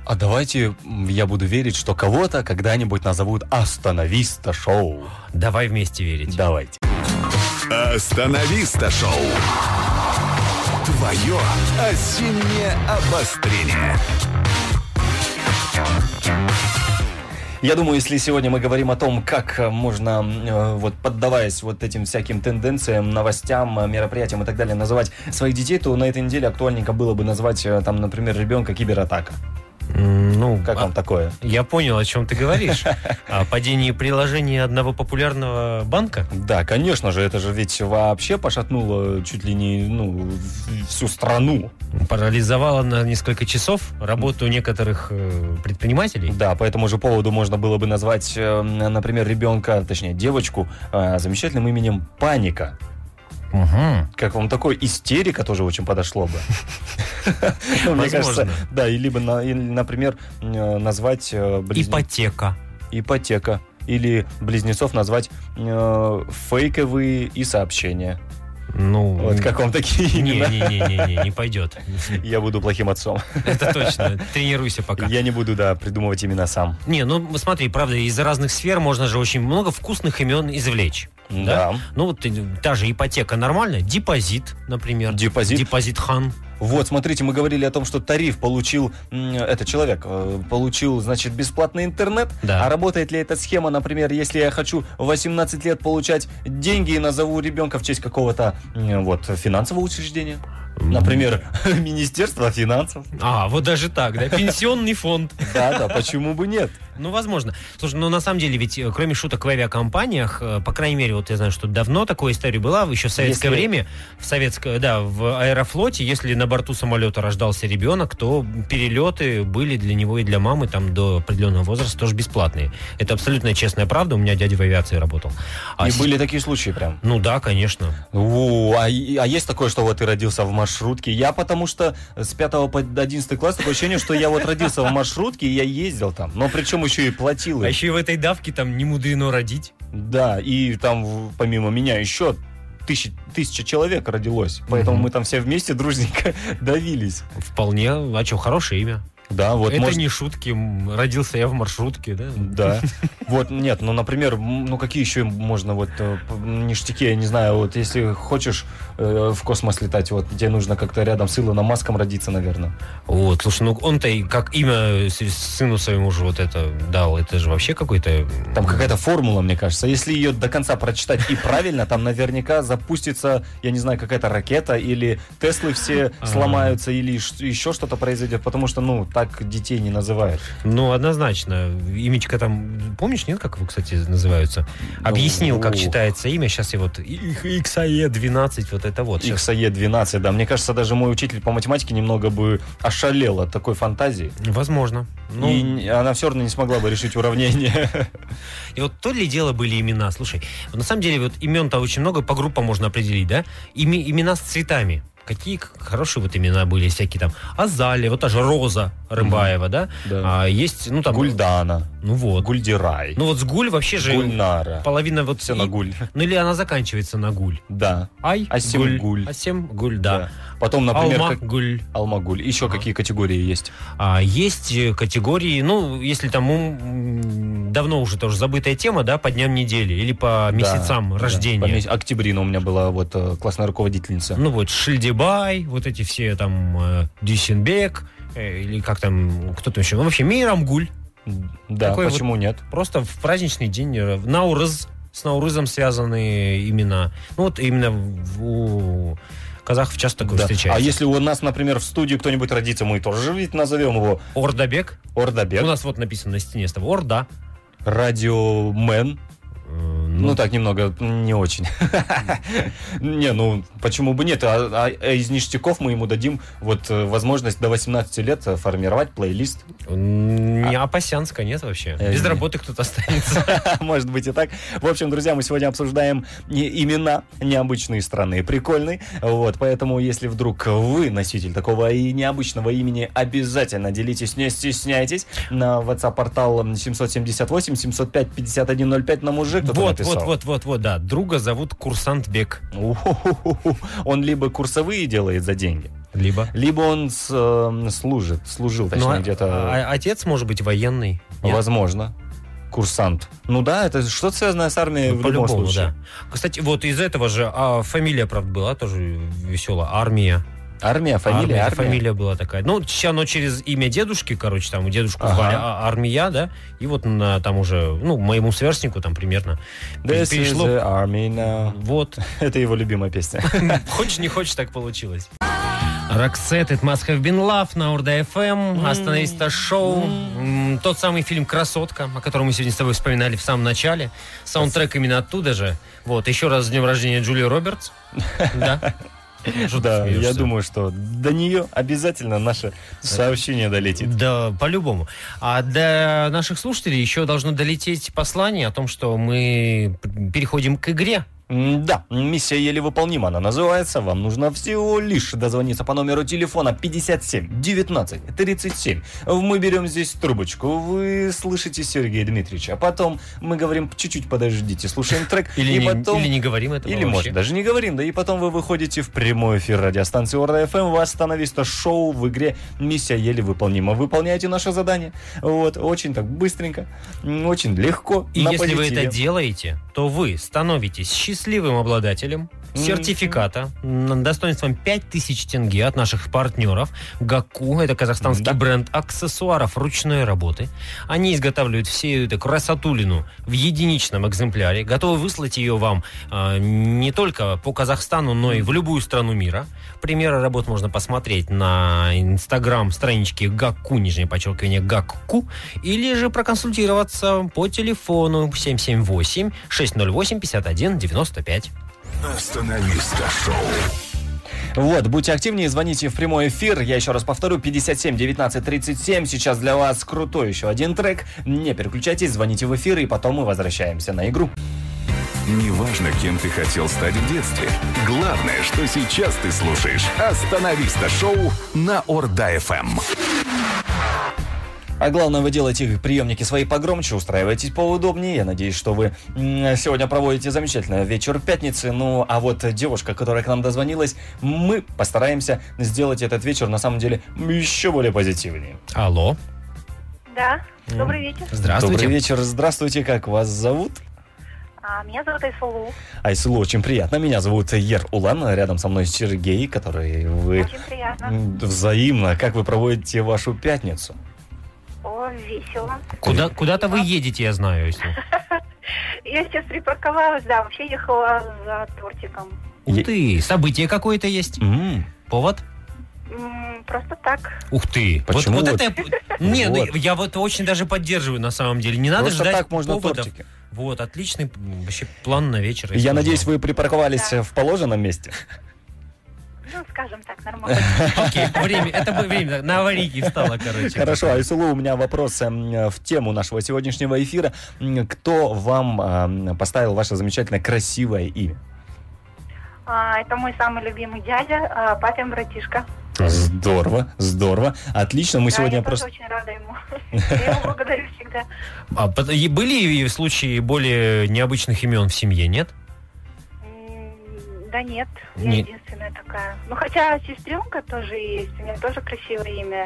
А давайте м, я буду верить, что кого-то когда-нибудь назовут остановиста шоу. Давай вместе верить. Давайте. Остановиста шоу. Твое осеннее обострение. Я думаю, если сегодня мы говорим о том, как э, можно, э, вот поддаваясь вот этим всяким тенденциям, новостям, э, мероприятиям и так далее, называть своих детей, то на этой неделе актуальненько было бы назвать, э, там, например, ребенка кибератака. М, Ну, Как а- вам такое? Я понял, о чем <laughs> ты говоришь. О падении приложения одного популярного банка. Да, конечно же, это же ведь вообще пошатнуло чуть ли не ну, в- всю страну. Парализовало на несколько часов работу некоторых э, предпринимателей. Да, по этому же поводу можно было бы назвать, э, м, например, ребенка, точнее, девочку, э, замечательным именем Паника. Как вам такое? Истерика тоже очень подошло бы. Ну, Мне Возможно. кажется, да, и либо, на- или, например, э, назвать э, близнецов Ипотека. ипотека. Или близнецов назвать э, фейковые и сообщения. Ну, Вот как вам такие имена? не-не-не, <laughs> не пойдет. Я буду плохим отцом. Это точно. Тренируйся пока. Я не буду, да, придумывать имена сам. Не, ну смотри, правда, из разных сфер можно же очень много вкусных имен извлечь. Да. Ну вот э, та же ипотека нормально, депозит, например. Депозит. Депозит хан. Вот, смотрите, мы говорили о том, что тариф получил, м, этот человек э, получил, значит, бесплатный интернет. Да. А работает ли эта схема, например, если я хочу в 18 лет получать деньги и назову ребенка в честь какого-то, м, вот, финансового учреждения? Например, <laughs> Министерство финансов. А, вот даже так, <laughs> да? Пенсионный фонд. Да, да, <laughs> почему бы нет? Ну, возможно. Слушай, ну на самом деле, ведь э, кроме шуток в авиакомпаниях, э, по крайней мере, вот я знаю, что давно такая история была, еще в Если- советское время, в советское, да, в аэрофлоте, если на борту самолета рождался ребенок, то перелеты были для него и для мамы там до определенного возраста тоже бесплатные. Это абсолютно честная правда, у меня дядя в авиации работал. А И с- были такие случаи прям. Ну да, конечно. У, а, и- а есть такое, что вот ты родился в маршрутке? Я потому что с 5 по 11 класс такое ощущение, что я вот родился в маршрутке, и я ездил там. Но причем еще и платил. А им. еще и в этой давке там не мудрено родить. Да, и там в- помимо меня еще тысячи, тысяча человек родилось. Поэтому Мгм. мы там все вместе дружненько <laughs> давились. Вполне, а что, хорошее имя. Да, вот Это может- не шутки, м, родился я в маршрутке, да? Да. Вот, нет, ну, например, м, ну, какие еще можно вот э, п- ништяки, я не знаю, вот если хочешь э, в космос летать, вот тебе нужно как-то рядом с Илоном Маском родиться, наверное. Вот, слушай, ну он-то и как имя с- сыну своему же вот это дал, это же вообще какой-то... м, Там какая-то формула, мне кажется. Если ее до конца прочитать и правильно, там наверняка запустится, я не знаю, какая-то ракета, или Теслы все А. сломаются, или ш- еще что-то произойдет, потому что, ну, так детей не называют. Ну, однозначно. Имечка там... Помнишь, нет, как вы, кстати, называются? Объяснил, как Ну, ух. читается имя. Сейчас и вот XAE12, вот это вот. Сейчас. XAE 12, да. Мне кажется, даже мой учитель по математике немного бы ошалел от такой фантазии. Возможно. Ну, и и... н- она все равно не смогла бы решить уравнение. вот то ли дело были имена. Слушай, на самом деле вот имен-то очень много, по группам можно определить, да? Ими- имена с цветами. Какие к- хорошие вот имена были всякие там. Азалия, вот та же Роза Рымбаева, <laughs> да? Да. А есть, ну там... Гульдана, Ну вот. Гульдирай, Ну вот с гуль вообще же Гульнара. половина вот... Все и- на гуль. <laughs> Ну или она заканчивается на гуль. Да. Ай, Асем гуль. гуль. Асем гуль, да. Потом, например, Алма как... гуль. Алмагуль. Еще какие категории есть? А есть э, категории, ну, если там м, давно уже тоже забытая тема, да, по дням недели или по месяцам Да, да. По рождения. мес- Октябрина у меня была вот э, классная руководительница. Ну вот Шильдебай, вот эти все там э, Дюйсенбек, э, или как там, кто-то еще. Ну, вообще Мейрамгуль. Да, такой почему нет? Просто в праздничный день э, в Наурыз, с Наурызом связаны имена. Ну вот именно в- у казахов часто такое Да. встречается. А если у нас, например, в студии кто-нибудь родится, мы тоже ведь назовем его Ордабек. Ордобек, У нас вот написано на стене с тобой Орда. Радиомен. Э, Ну, Ну, так немного, м, не очень. Не, ну почему бы нет? А, а- а из ништяков мы ему дадим вот э, возможность до 18 лет э, формировать плейлист. м, не опасянска нет вообще. А- Э, Без не. работы <laughs> кто-то останется. Может быть и так. В общем, друзья, мы сегодня обсуждаем не- имена необычные страны, прикольные. Вот, поэтому, если вдруг вы носитель такого и необычного имени, обязательно делитесь, не стесняйтесь. На WhatsApp-портал 778-705-5105 на мужик кто-то Вот, написал. вот, вот, вот, вот, да. Друга зовут Курсант Бек. У-ху-ху-ху. Он либо курсовые делает за деньги, Либо. Либо он с, э, служит, служил, точнее, Ну, а- где-то, а- Отец может быть военный. Нет? возможно, курсант. Ну да, это что-то связанное с армией Ну, в любом По-любому, случае. да. Кстати, вот из этого же а, фамилия, правда, была тоже веселая. Армия. Армия, фамилия, Армия, армия. Фамилия была такая. Ну, сейчас оно через имя дедушки, короче, там, дедушку Ага. звали а- Армия, да, и вот на, там уже, ну, моему сверстнику там примерно This перешло. is the army now. Вот. <laughs> Это его любимая песня. Хочешь, не хочешь, так получилось. Роксет, It Must Have Been Love на Урда ФМ, Остановись это шоу, М, тот самый фильм «Красотка», о котором мы сегодня с тобой вспоминали в самом начале. Саундтрек именно оттуда же. Вот, еще раз с днем рождения <laughs> Джулии Робертс. Да. Что ты Да, я смеешься? думаю, что до нее обязательно наше сообщение долетит. Да, по-любому. А до наших слушателей еще должно долететь послание о том, что мы переходим к игре. М, Да, миссия еле выполнима, она называется. Вам нужно всего лишь дозвониться по номеру телефона 57 19 37. Мы берем здесь трубочку, вы слышите Сергея Дмитриевича, а потом мы говорим чуть-чуть подождите, слушаем трек, Или, и не, потом... или не говорим этого Или, вообще. может, даже не говорим, да и потом вы выходите в прямой эфир радиостанции Орда ФМ, вас становится шоу в игре «Миссия еле выполнима». Выполняете наше задание, вот, очень так быстренько, м, очень легко, И на если вы позитиве. это делаете, то вы становитесь счастливым обладателем сертификата м, достоинством 5000 тенге от наших партнеров. ГАКУ – это казахстанский Да. бренд аксессуаров ручной работы. Они изготавливают всю эту красотулину в единичном экземпляре, готовы выслать ее вам а, не только по Казахстану, но и в любую страну мира. Примеры работ можно посмотреть на инстаграм страничке ГАКУ, нижнее подчеркивание ГАККУ, или же проконсультироваться по телефону 778-608-5195. Остановиста шоу. Вот, будьте активнее, звоните в прямой эфир. Я еще раз повторю, 57 19 37. Сейчас для вас крутой еще один трек. Не переключайтесь, звоните в эфир, и потом мы возвращаемся на игру. Неважно, кем ты хотел стать в детстве. Главное, что сейчас ты слушаешь «Остановиста шоу» на Орда-ФМ. А главное, вы делаете приемники свои погромче, устраивайтесь поудобнее. Я надеюсь, что вы м, сегодня проводите замечательный вечер пятницы. Ну, а вот девушка, которая к нам дозвонилась, мы постараемся сделать этот вечер, на самом деле, еще более позитивнее. Алло, Да, добрый вечер. здравствуйте. Добрый вечер, здравствуйте, как вас зовут? А, меня зовут Айсулу. Айсулу, очень приятно. Меня зовут Ер Улан, рядом со мной Сергей, который вы... Очень приятно. М, Взаимно. Как вы проводите вашу пятницу? О, весело. Куда, куда-то вы едете, я знаю. если. Я сейчас припарковалась, да, вообще ехала за тортиком. Ух Е- ты, событие какое-то есть. М, Повод? М, просто так. Ух ты. Вот, Почему вот вот? это... <laughs> я- Не, ну, Вот. я вот очень даже поддерживаю на самом деле. Не надо Просто ждать так можно поводов. тортики. Вот, отличный м, вообще план на вечер. если Я можно. надеюсь, вы припарковались Да. в положенном месте. Ну, скажем <laughs> так, нормально. Окей, время, это бы время, на аварийке встало, короче. Хорошо, а Айсулу, у меня вопрос эм, в тему нашего сегодняшнего эфира. М, Кто вам эм, поставил ваше замечательное красивое имя? А, это мой самый любимый дядя, а, папин братишка. А, Здорово, здорово. Отлично, мы да, сегодня я просто... тоже очень <laughs> рада ему. Я его благодарю всегда. А пот- и были и случаи более необычных имен в семье, нет? М, Да нет, я Не- единственная такая. Ну, хотя сестренка тоже есть, у нее тоже красивое имя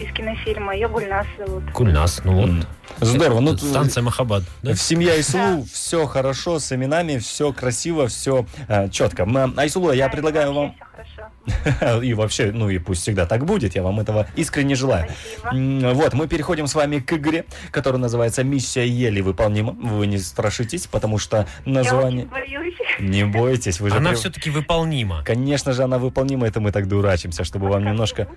из кинофильма. Ее Гульнас зовут. Кульнас, ну М, вот. Здорово. Ну, т- Станция Махабад. да? В семье Айсулу Да. все хорошо с именами, все красиво, э, все четко. Айсулу, а я Да, предлагаю вам... вообще всё <laughs> хорошо. И вообще, ну и пусть всегда так будет, я вам этого искренне желаю. Спасибо. М, Вот, мы переходим с вами к игре, которая называется «Миссия еле выполнима». Вы не страшитесь, потому что название... Я очень боюсь. Не бойтесь, вы же... Она прив- все-таки выполнима. Конечно же, она выполнима, это мы так дурачимся, чтобы вам немножко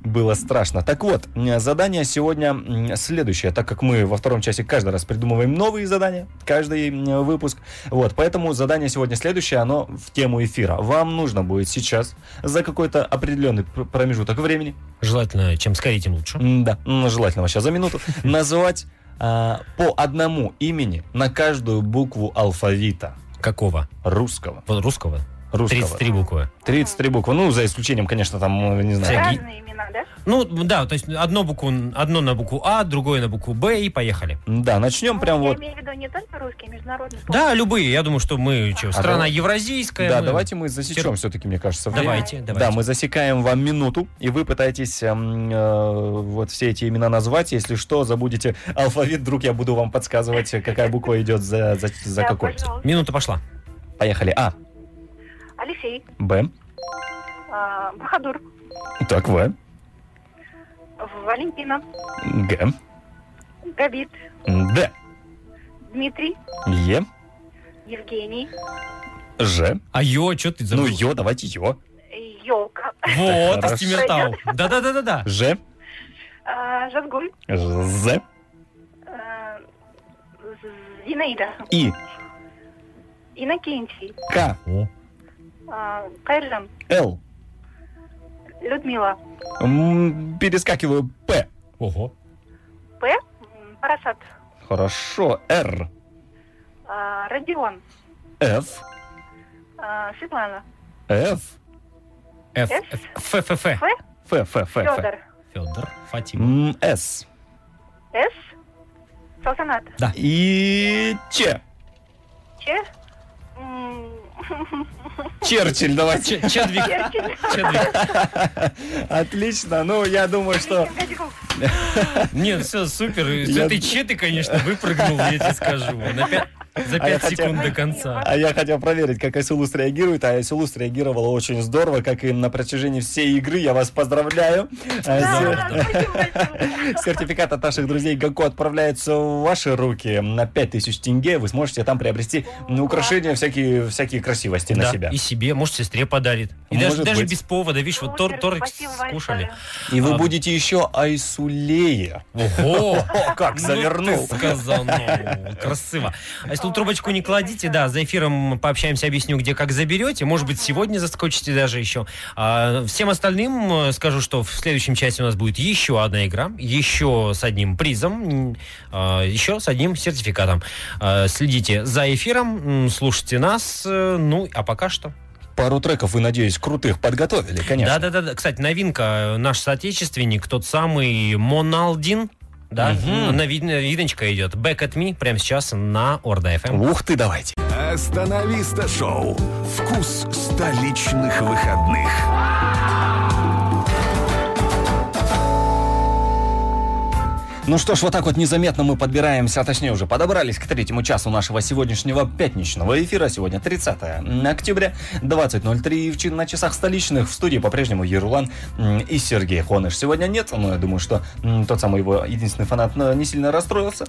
было страшно. Так вот, м, задание сегодня м, следующее, так как мы во втором часе каждый раз придумываем новые задания, каждый м, выпуск. Вот, поэтому задание сегодня следующее, оно в тему эфира. Вам нужно будет сейчас за какой-то определенный пр- промежуток времени, Желательно, чем скорее, тем лучше. м, да, м, желательно сейчас за минуту, назвать а, по одному имени на каждую букву алфавита Какого? русского. Вот Русского? Русского. 33 буквы. 33 буквы. Ну, за исключением, конечно, там, э, не знаю, Сергей. Разные имена, да? Ну, да, то есть одно, букву, одно на букву А, другое на букву Б и поехали. Да, начнем прям Ну, я вот. имею в виду не только русские, международные. Да, любые. Я думаю, что мы что, А страна давай- евразийская. Да, мы- давайте мы засечем все-таки, мне кажется. время. Давайте, давайте. Да, мы засекаем вам минуту, и вы пытаетесь эм, э, вот все эти имена назвать. Если что, забудете алфавит, вдруг я буду вам подсказывать, какая буква идет за, за, за Да, какой. пожалуйста. Минута пошла. Поехали. А, Алексей, Б, а, Бахадур, так, В, Валентина, Г, Габит, Д, Дмитрий, Е, Евгений, Ж. А Йо, что ты Ну, забыл? Ё, давайте Ё. Елка, Вот, Хорошо. из Тимиртау. Да-да-да-да-да. Ж. А, Жазгуль. З. а, З- Зинаида. И. Иннокентий. К. а, Кайржан. Л. Людмила. М, Перескакиваю. П. Ого. П. М, Парасат. Хорошо. Р. а, Родион. Ф. а, Светлана. Ф. Ф. Ф. Ф. Ф. Ф. Ф. Ф. Ф. Ф. Ф. Федор. Федор. Фатима. М, С. С. Салтанат. И. Ч. Ч. М, Черчилль, давайте. Ч- Чедвик. Перчик. <laughs> Чедвик. Отлично. Ну, я думаю, что... Нет, все, супер. С Я- этой четы, конечно, выпрыгнул, я тебе скажу. На пя- За А я 5 хотел- секунд до конца. А я хотел проверить, как Айсулу реагирует, а Айсулу реагировала очень здорово, как и на протяжении всей игры. Я вас поздравляю. Айсулу- Да, спасибо большое. Сертификат от наших друзей Гако отправляется в ваши руки на 5000 тенге. Вы сможете там приобрести ну, украшения, всякие, всякие красивости на Да, себя. И себе, может, сестре подарит. И даже, Может даже быть. без повода, видишь, вот тор, Супер, торт спасибо большое. скушали. И вы А. будете еще Айсулее. Ого! О, как Ну, завернул. ты сказал, ну, красиво. А если вы трубочку не кладите, да, за эфиром пообщаемся, объясню, где как заберете. Может быть, сегодня заскочите даже еще. А всем остальным э, скажу, что в следующем части у нас будет еще одна игра, еще с одним призом, м, а, еще с одним сертификатом. А, Следите за эфиром, м, слушайте нас. э, Ну, а пока что. Пару треков, вы, надеюсь, крутых подготовили, конечно. Да, да, да. Кстати, новинка. э, Наш соотечественник, тот самый Моналдин. Да, на вид- видочка идет. Back at me прямо сейчас на Орда эм. FM. Ух ты, давайте. Остановиста шоу. Вкус столичных выходных. Ну что ж, вот так вот незаметно мы подбираемся, а точнее уже подобрались к третьему часу нашего сегодняшнего пятничного эфира. Сегодня 30 октября, 20.03 в чи- на часах столичных. В студии по-прежнему Ерулан м, и Сергей Хоныш. Сегодня нет, но я думаю, что м, тот самый его единственный фанат э, не сильно <laughs> расстроился.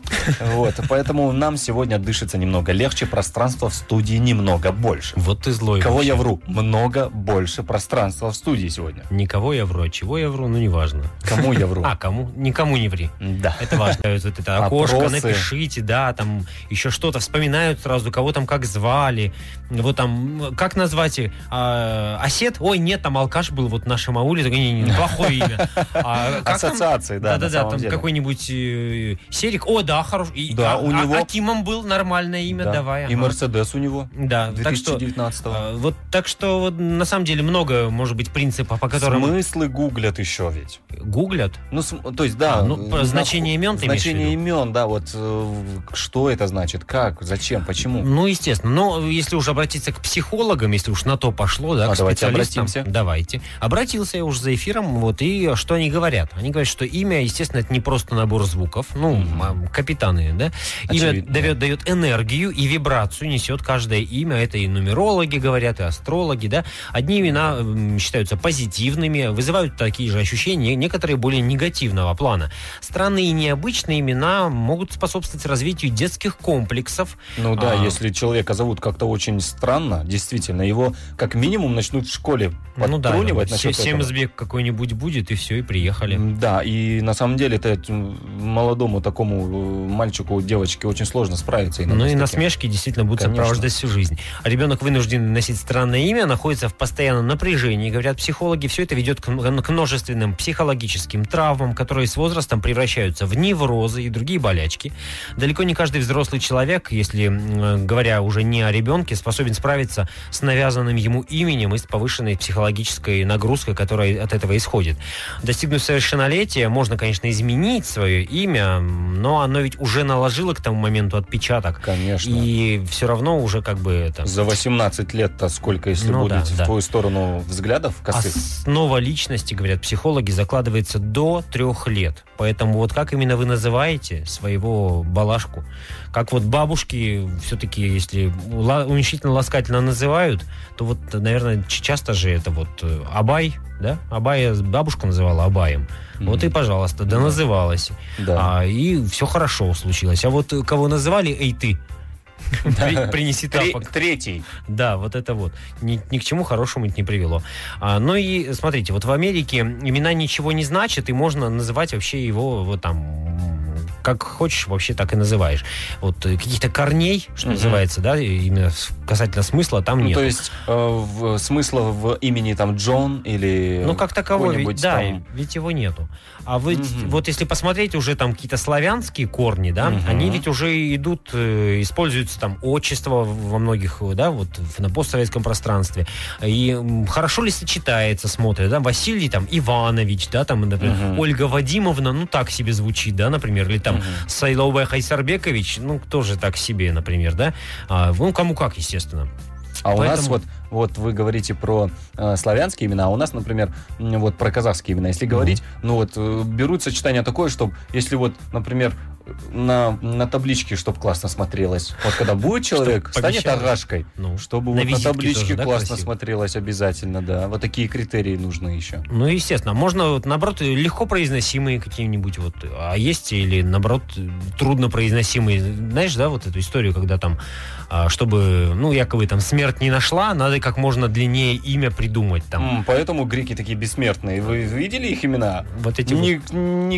Вот, поэтому нам сегодня дышится немного легче, пространства в студии немного больше. Вот ты злой. Кого я вру? Много больше пространства в студии сегодня. Никого я вру, а чего я вру, ну неважно. Кому я вру? <laughs> А, кому? Никому не ври. Да. Это <laughs> важно. Вот это окошко, Опросы. напишите, да, там еще что-то. Вспоминают сразу, кого там как звали. Вот там, м, как назвать? э, а, осет? Ой, нет, там алкаш был вот в нашем ауле. Такой, не, не, <laughs> плохое имя. А, как там? Ассоциации, да, на Да-да-да, самом там деле. какой-нибудь э, Серик. О, да, хорош. И- Да, а- у а- него- Акимом был нормальное имя, Да. давай. И ага. Мерседес у него. Да, так что... 2019 а, Вот так что вот, на самом деле много, может быть, принципов, по которым Смыслы гуглят еще ведь. гуглят. Ну, см- то есть, да. э, А, ну, про нах- значение имен ты имеешь в Значение виду? имен, да, вот э, что это значит, как, зачем, почему. Ну, естественно. Но если уж обратиться к психологам, если уж на то пошло, да, А к давайте специалистам. обратимся. Давайте. Обратился я уже за эфиром, вот, и что они говорят? Они говорят, что имя, естественно, это не просто набор звуков, ну, м, капитаны, да? Имя Очевидно. дает, дает энергию и вибрацию несет каждое имя. Это и нумерологи говорят, и астрологи, да? Одни имена м, считаются позитивными, вызывают такие же ощущения, некоторые более негативного плана. Странные и необычные имена могут способствовать развитию детских комплексов, Ну да, А. если человека зовут как-то очень странно, действительно, его как минимум начнут в школе Ну да, подтрунивать да, насчет се- этого. Семзбек какой-нибудь будет, и все, и приехали. М, Да, и на самом деле это м, молодому такому э, мальчику, девочке очень сложно справиться. иногда Ну и с таким. насмешки действительно будут Конечно. сопровождать всю жизнь. А ребенок вынужден носить странное имя, находится в постоянном напряжении, говорят психологи. Все это ведет к м- к множественным психологическим травмам, которые с возрастом превращаются в неврозы и другие болячки. Далеко не каждый взрослый человек, если м, говоря уже не о ребенке, способен справиться с навязанным ему именем и с повышенной психологической нагрузкой, которая от этого исходит. Достигнув совершеннолетия, можно, конечно, изменить свое имя, м, но оно ведь уже наложило к тому моменту отпечаток. Конечно. И все равно уже как бы это... За 18 лет-то сколько, если Ну да, будет в да. А твою сторону взглядов косых? Основа личности, говорят психологи, закладывается до трех лет. Поэтому вот как именно вы называете своего балашку? Как вот бабушки все-таки, если ла- уменьшительно-ласкательно называют, то вот, наверное, ч- часто же это вот э, Абай, да? Абая бабушка называла Абаем. Вот и, пожалуйста, да называлась. Да. А, и все хорошо случилось. А вот э, кого называли, эй ты, При- Принеси Тре- тапок. Третий. Да, вот это вот. Ни, ни к чему хорошему это не привело. А, ну и смотрите, вот в Америке имена ничего не значат, и можно называть вообще его вот там м, как хочешь, вообще так и называешь. Вот э, каких-то корней, что Мгм. называется, да, и именно с- касательно смысла там Ну, нет. то есть э, в- смысла в имени там Джон или... Ну, как такового, ведь, Э, какой-нибудь да, там- ведь его нету. А вы, Мгм. вот если посмотреть уже там какие-то славянские корни, да, Мгм. они ведь уже идут, э, используются там отчество во многих, э, да, вот в- на постсоветском пространстве. И м, хорошо ли сочетается, смотрят, да, Василий там Иванович, да, там, например, Мгм. Ольга Вадимовна, ну, так себе звучит, да, например, или там Мгм. Сайловая Хайсарбекович, ну, тоже так себе, например, да. А, ну, кому как, естественно. А у нас Поэтому- вот, вот вы говорите про э, славянские имена, а у нас, например, м, вот про казахские имена. Если говорить, ну вот э, берут сочетание такое, чтобы, если вот, например, на, на табличке, чтобы классно смотрелось. Вот когда <laughs> будет человек, станет помещалось. арашкой. Ну, Чтобы На вот на визитке табличке тоже, да, классно красиво? смотрелось обязательно, да. Вот такие критерии нужны еще. Ну, естественно. Можно, вот, наоборот, э, легко произносимые какие-нибудь вот, а есть или, наоборот, трудно произносимые. Знаешь, да, вот эту историю, когда там, а, чтобы, ну, якобы там смерть не нашла, надо как можно длиннее имя придумать там. М, Поэтому греки такие бессмертные. Вы видели их имена? Вот эти вот. Ник-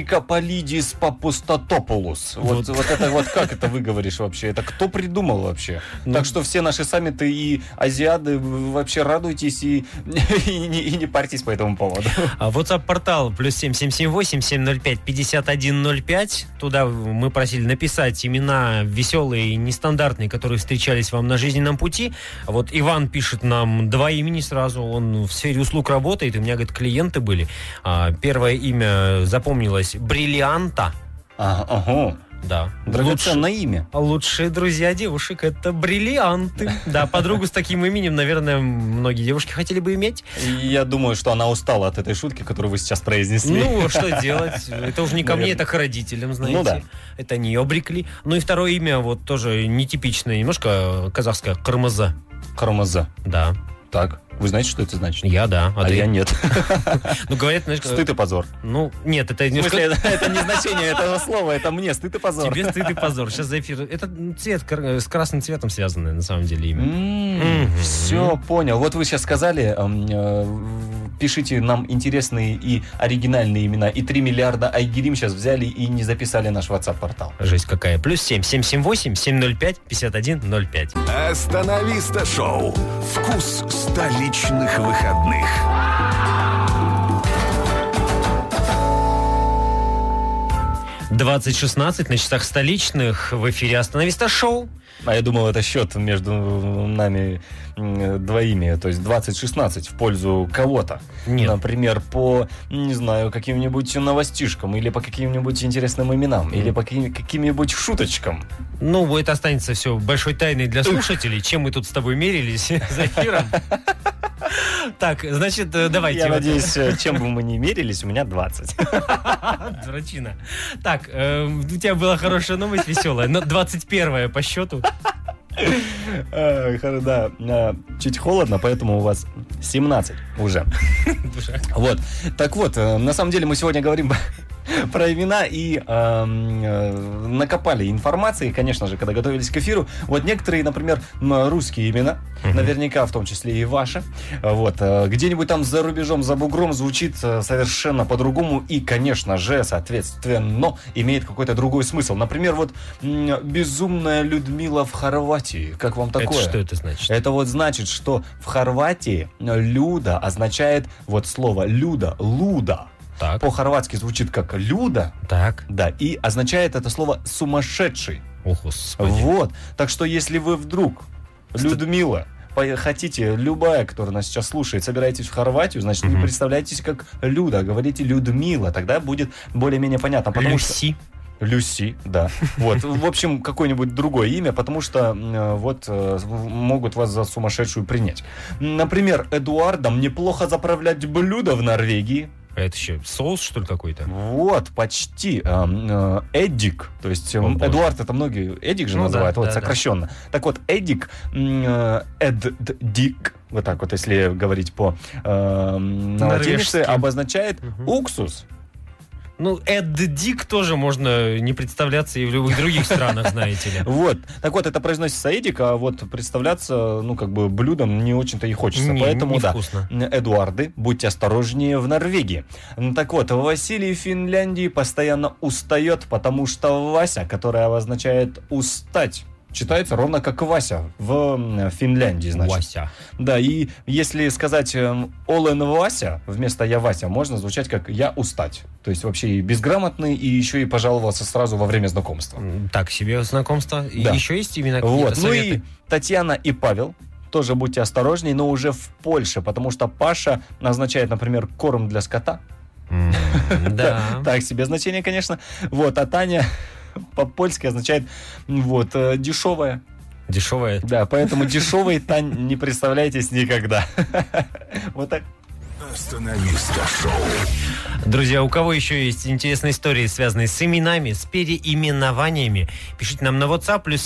Никополидис Папустотополус. Вот, Вот. вот это вот как это выговоришь вообще? Это кто придумал вообще? Ну. так что все наши саммиты и азиады вы вообще радуйтесь и, <laughs> и не, и не парьтесь по этому поводу. А, WhatsApp-портал плюс 7778-705-5105. Туда мы просили написать имена веселые и нестандартные, которые встречались вам на жизненном пути. Вот Иван пишет нам два имени сразу. Он в сфере услуг работает. и У меня, говорит, клиенты были. А, Первое имя запомнилось «Бриллианта». А, ага. Да. Лучше- Драгоценное имя. а Лучшие друзья девушек – это бриллианты. Да, подругу с таким именем, наверное, многие девушки хотели бы иметь. И Я думаю, что она устала от этой шутки, которую вы сейчас произнесли. Ну, что делать? Это уже не ко мне, Наверное. это к родителям, знаете. Ну да. Это не обрекли. Ну и второе имя, вот тоже нетипичное, немножко э, казахское, Кармаза. Кармаза. Да, Так, вы знаете, что это значит? я да. А, ты? я нет. Ну, говорят, знаешь, э, Стыд и позор. ну, нет, это В смысле, немножко... это, это не значение этого слова, это мне стыд и позор. Тебе стыд и позор. Сейчас за эфир. Это м, цвет кар- э, с красным цветом связанное, на самом деле, имя. Мгм. Все, понял. Вот вы сейчас сказали, эм, э, в- пишите нам интересные и оригинальные имена. И 3 миллиарда Айгерим сейчас взяли и не записали наш WhatsApp-портал. Жесть какая. Плюс 7, 778, 705, 5105. Остановиста шоу. Вкус столичных выходных. шестнадцать на часах столичных. В эфире «Остановиста шоу». А я думал, это счет между нами м, э, двоими, то есть 20-16 в пользу кого-то. Нет. Например, по, не знаю, каким-нибудь новостишкам, или по каким-нибудь интересным именам, или по каким- каким-нибудь шуточкам. Ну, это останется все большой тайной для слушателей, чем мы тут с тобой мерились <laughs> за эфиром. Так, значит, э, давайте. Я вот. надеюсь, э, чем бы мы ни мерились, у меня 20. <laughs> Дурачина. Так, э, у тебя была хорошая новость веселая, но 21 по счету. Э, хоро- Да, э, чуть холодно, поэтому у вас 17 уже. Вот. Так вот, э, на самом деле мы сегодня говорим <laughs> про имена и эм, э, накопали информации, конечно же, когда готовились к эфиру. Вот некоторые, например, м, русские имена, наверняка в том числе и ваши, э, вот, э, где-нибудь там за рубежом, за бугром звучит э, совершенно по-другому и, конечно же, соответственно, имеет какой-то другой смысл. Например, вот м, «Безумная Людмила в Хорватии». Как вам такое? Это что это значит? Это вот значит, что в Хорватии э, люда означает вот слово люда, луда. Так, По-хорватски звучит как люда, так. да, и означает это слово сумасшедший. Ох, господи. Вот. Так что если вы вдруг, Людмила, по- хотите, любая, которая нас сейчас слушает, собираетесь в Хорватию, значит, не Мгм. представляйтесь как Люда, говорите Людмила, тогда будет более-менее понятно. Потому что Люси. Люси, да. Вот, в общем, какое-нибудь другое имя, потому что м, э, вот э, в- могут вас за сумасшедшую принять. Например, Эдуардом неплохо заправлять блюдо в Норвегии. А Это еще соус, что ли, какой-то? Вот, почти. эм, э, Эдик, то есть эм, О, боже. Эдуард это многие Эдик же Ну да, называют, вот да, да. сокращенно. Так вот, Эдик, м, э, Эддик, вот так вот, если говорить по э, м, на латинице, Норвежски. обозначает Мгм. уксус. Ну, Эд Дик тоже можно не представляться и в любых других странах, знаете ли. Вот. Так вот, это произносится Эдик, а вот представляться, ну, как бы блюдом не очень-то и хочется. Не- Поэтому, да. невкусно. Эдуарды, будьте осторожнее в Норвегии. Ну, Так вот, Василий в Финляндии постоянно устает, потому что Вася, которая обозначает «устать», читается ровно как Вася в м, Финляндии, значит. Вася. Да, и если сказать эм, Олен Вася вместо Я Вася, можно звучать как Я устать. То есть вообще и безграмотный, и еще и пожаловался сразу во время знакомства. М, Так себе знакомство. И Да. еще есть именно какие-то Вот. Ну советы? и Татьяна и Павел тоже будьте осторожней, но уже в Польше, потому что Паша означает, например, корм для скота. М, Да. <laughs> Так себе значение, конечно. Вот, а Таня <laughs> по-польски означает вот э, дешевая. Дешевая. Да, <laughs> поэтому дешевой Тань не представляйтесь никогда. <laughs> Вот так. Остановиста шоу. Друзья, у кого еще есть интересные истории, связанные с именами, с переименованиями, пишите нам на WhatsApp, плюс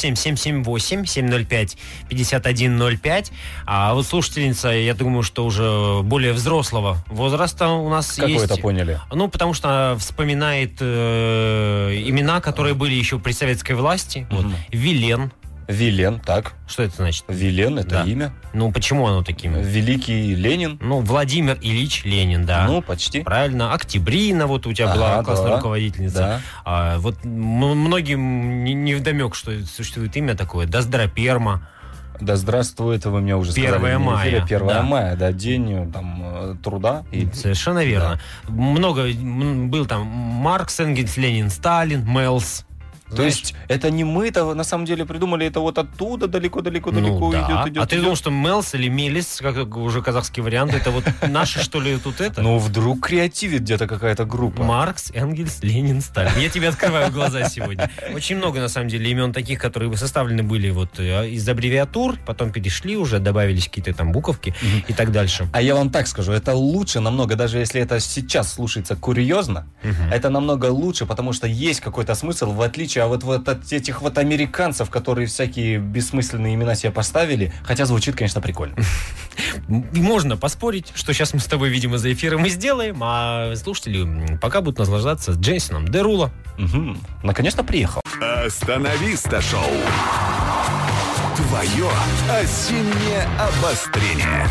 7778-705-5105. А вот слушательница, я думаю, что уже более взрослого возраста у нас Как вы есть. это поняли? Ну, потому что она вспоминает э, имена, которые были еще при советской власти. Вот. Мгм. Вилен. Вилен, так. Что это значит? Вилен это Да. имя. Ну, почему оно таким? Великий Ленин. Ну, Владимир Ильич Ленин, да. Ну, почти. Правильно, Октябрина, вот у тебя была Ага, классная да. руководительница. Да. А, вот м- многим не, не вдомек, что существует имя такое. Доздраперма. Да здравствует, вы мне уже сказали. 1 в эфире. мая, 1 да. мая, да, день э, там э, труда. И... Совершенно верно. Много м, был там Маркс, Энгельс, Ленин, Сталин, Мелс. То есть это не мы это на самом деле придумали, это вот оттуда далеко-далеко далеко Ну, да. идет, а идет. ты идет. думал, что Мелс или Мелис, как уже казахский вариант, это вот наши, что ли, тут это? Ну вдруг креативит где-то какая-то группа. Маркс, Энгельс, Ленин, Сталин. Я тебе открываю глаза сегодня. Очень много, на самом деле, имен таких, которые составлены были вот э, из аббревиатур, потом перешли уже, добавились какие-то там буковки и так дальше. А я вам так скажу, это лучше намного, даже если это сейчас слушается курьезно, это намного лучше, потому что есть какой-то смысл, в отличие а вот, вот от этих вот американцев, которые всякие бессмысленные имена себе поставили, хотя звучит, конечно, <laughs> прикольно. М, и Можно поспорить, что сейчас мы с тобой, видимо, за эфиром и сделаем, а слушатели м, пока будут наслаждаться Джейсоном Дерула. Мгм. Наконец-то приехал. Остановиста шоу. Твое осеннее обострение.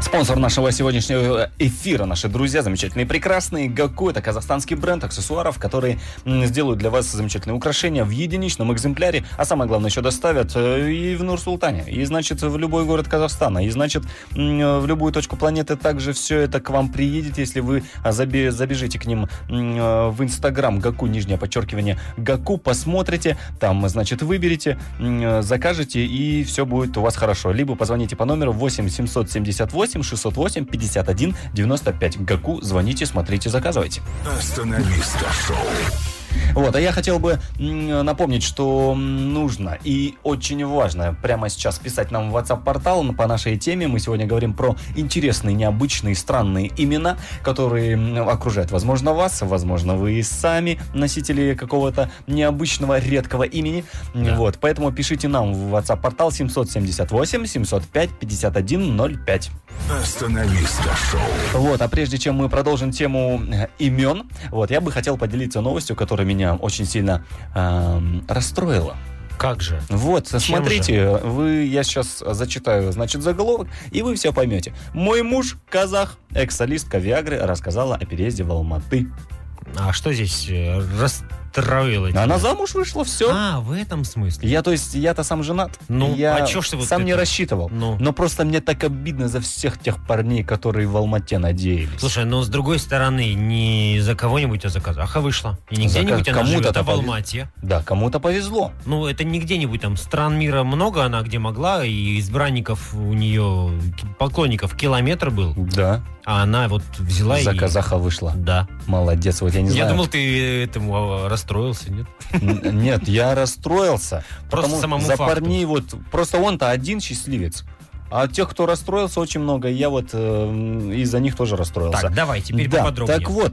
Спонсор нашего сегодняшнего эфира, наши друзья, замечательные и прекрасные. Гаку – это казахстанский бренд аксессуаров, которые м, сделают для вас замечательные украшения в единичном экземпляре, а самое главное, еще доставят э, и в Нур-Султане, и, значит, в любой город Казахстана, и, значит, м, э, в любую точку планеты также все это к вам приедет, если вы а, забе- забежите к ним м, э, в Инстаграм Гаку, нижнее подчеркивание Гаку, посмотрите, там, значит, выберете, м, э, закажете, и все будет у вас хорошо. Либо позвоните по номеру 8 778 608 51 95. Гаку, звоните, смотрите, заказывайте. Остановиста шоу. Вот, а я хотел бы м, напомнить, что м, нужно и очень важно прямо сейчас писать нам в WhatsApp-портал по нашей теме. Мы сегодня говорим про интересные, необычные, странные имена, которые м, окружают, возможно, вас, возможно, вы и сами носители какого-то необычного, редкого имени. М, Да. Вот, поэтому пишите нам в WhatsApp-портал 778-705-5105. Остановиста шоу. Вот, а прежде чем мы продолжим тему э, имен, вот я бы хотел поделиться новостью, которая меня очень сильно эм, расстроила. Как же? Вот, смотрите, же? вы, я сейчас зачитаю, значит, заголовок, и вы все поймете. Мой муж казах, экс-солистка Виагры, рассказала о переезде в Алматы. А что здесь э, расстроило тебя? Она замуж вышла, все. А, в этом смысле. Я, то есть, я-то сам женат. Ну, я а чё ж ты вот сам не это- рассчитывал. Ну. Но просто мне так обидно за всех тех парней, которые в Алмате надеялись. Слушай, но с другой стороны, не за кого-нибудь, а за казаха вышла. И не За где-нибудь ка- она кому-то живет, а в это повез- Алмате. Да, кому-то повезло. Ну, это не где-нибудь там. Стран мира много она где могла, и избранников у нее, к- поклонников километр был. Да. А она вот взяла За и... казаха вышла. Да. Молодец, вот я не Я знаю. думал, ты этому а, расстроился, нет? Н- Нет, я расстроился. Просто потому самому За факту. парней вот... Просто он-то один счастливец. А тех, кто расстроился, очень много. И Я вот э, из-за них тоже расстроился. Так, давай, теперь да, поподробнее. Так вот,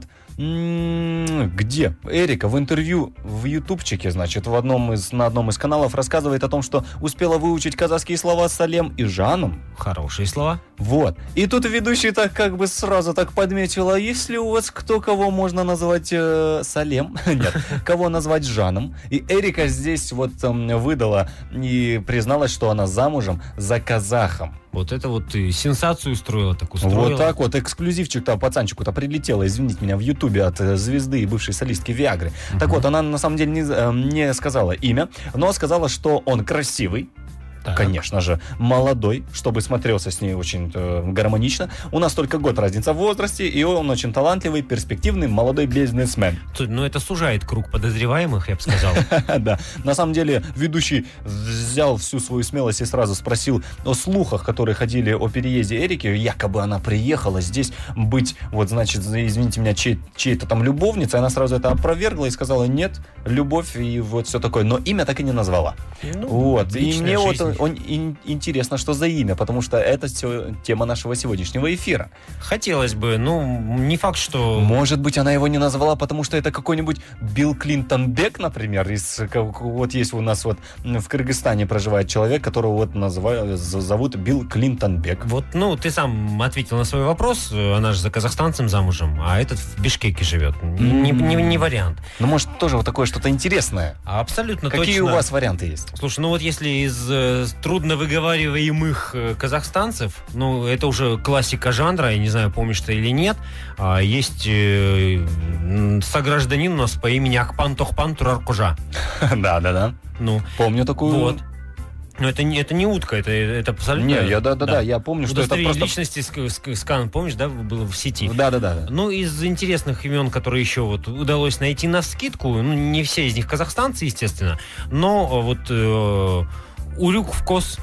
м, где? Эрика в интервью в ютубчике, значит, в одном из, на одном из каналов рассказывает о том, что успела выучить казахские слова с Салем и Жаном. Хорошие слова. Вот. И тут ведущий так как бы сразу так подметил, а если у вас кто кого можно назвать э, Салем? <laughs> Нет. Кого назвать Жаном? И Эрика здесь вот эм, выдала и призналась, что она замужем за казахом. Вот это вот ты сенсацию устроила, так устроила. Вот так вот, эксклюзивчик-то пацанчику-то прилетело, извините меня, в Ютубе от э, звезды и бывшей солистки Виагры. Так вот, она на самом деле не, э, не сказала имя, но сказала, что он красивый, Так. конечно же, молодой, чтобы смотрелся с ней очень э, гармонично. У нас только год разница в возрасте, и он очень талантливый, перспективный, молодой бизнесмен. <laughs> Слушай, Ну, это сужает круг подозреваемых, я бы сказал. да. На самом деле, ведущий взял всю свою смелость и сразу спросил о слухах, которые ходили о переезде Эрики. Якобы она приехала здесь быть, вот, значит, за- извините меня, чьей- чьей-то там любовницей. Она сразу это опровергла и сказала, нет, любовь и вот все такое. Но имя так и не назвала. Ну, <laughs> Вот. И личная мне вот жизнь. он, он ин- интересно, что за имя, потому что это все тема нашего сегодняшнего эфира. Хотелось бы, ну, не факт, что... Может быть, она его не назвала, потому что это какой-нибудь Билл Клинтон Бек, например, из как- вот есть у нас вот м, в Кыргызстане проживает человек, которого вот называют, з- зовут Билл Клинтон Бек. Вот, ну, ты сам ответил на свой вопрос. Э, Она же за казахстанцем замужем, а этот в Бишкеке живет. Н- Не, не- не вариант. Ну, может, тоже вот такое что-то интересное. А абсолютно Какие точно. у вас варианты <laughs> есть? Слушай, ну вот если из э, трудно выговариваемых э, казахстанцев, ну это уже классика жанра, я не знаю, помнишь ты или нет, а, есть э, м, согражданин у нас по имени Акпан Тохпан Тураркужа. Да, да, да. Ну, Помню такую. вот. Но это, не- это не утка, это, это абсолютно... Не, я да, да, да, я помню, что это Удостоверение просто. личности ск- ск- скан, помнишь, да, было в сети? Да, да, да. Ну, из интересных имен, которые еще вот удалось найти на скидку, ну, не все из них казахстанцы, естественно, но э, вот э, Урюк в кос,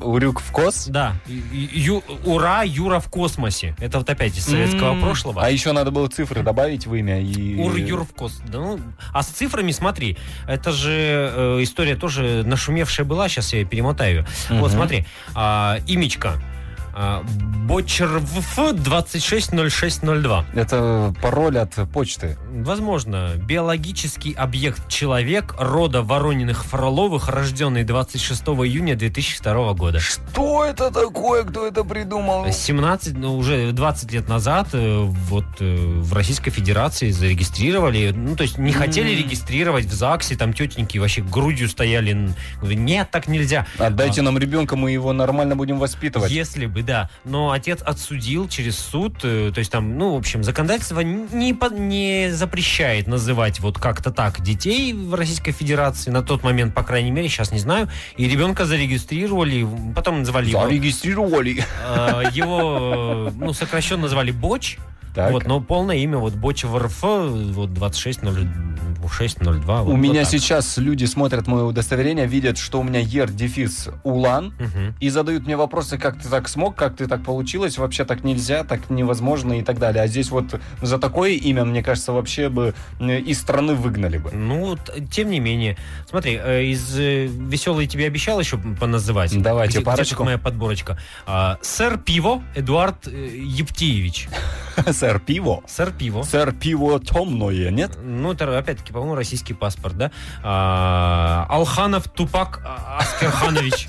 Урюк в кос. да, и- и- ю- Ура, Юра в космосе. Это вот опять из советского М, прошлого. А еще надо было цифры добавить в имя и. Ур, Юр в кос. Да, ну, а с цифрами смотри, это же э, история тоже нашумевшая была, сейчас я ее перемотаю. Мгм. Вот смотри, а, имечка. А, Бочервф 260602. Это пароль от почты. Возможно, биологический объект человек рода Ворониных Фроловых, рожденный 26 июня 2002 года. Что это такое? Кто это придумал? 17, ну уже 20 лет назад э, вот э, в Российской Федерации зарегистрировали, ну то есть не хотели регистрировать в ЗАГСе, там тетеньки вообще грудью стояли, н- говорили, нет, так нельзя. Отдайте нам ребенка, мы его нормально будем воспитывать. Если бы, да. Но отец отсудил через суд, э, то есть там, ну, в общем, законодательство не, по- не запрещает называть вот как-то так детей в Российской Федерации, на тот момент, по крайней мере, сейчас не знаю, и ребенка зарегистрировали, потом назвали его, Зарегистрировали. э, его, э, ну, сокращенно назвали Боч, Так. вот, ну, но полное имя вот Боч в РФ, вот 260602. у меня сейчас люди смотрят мое удостоверение, видят, что у меня ер дефис Улан, и задают мне вопросы, как ты так смог, как ты так получилось, вообще так нельзя, так невозможно и так далее. А здесь вот за такое имя, мне кажется, вообще бы э, из страны выгнали бы. Ну, т- тем не менее. Смотри, э, из веселой тебе обещал еще поназывать. Давайте Где- где парочку. тут моя подборочка. А, сэр Пиво Эдуард э, Ептиевич. Сэр Пиво. Сэр Пиво. Сэр Пиво темное, нет? Ну, это, опять-таки, по-моему, российский паспорт, да? А, Алханов Тупак а, Аскерханович.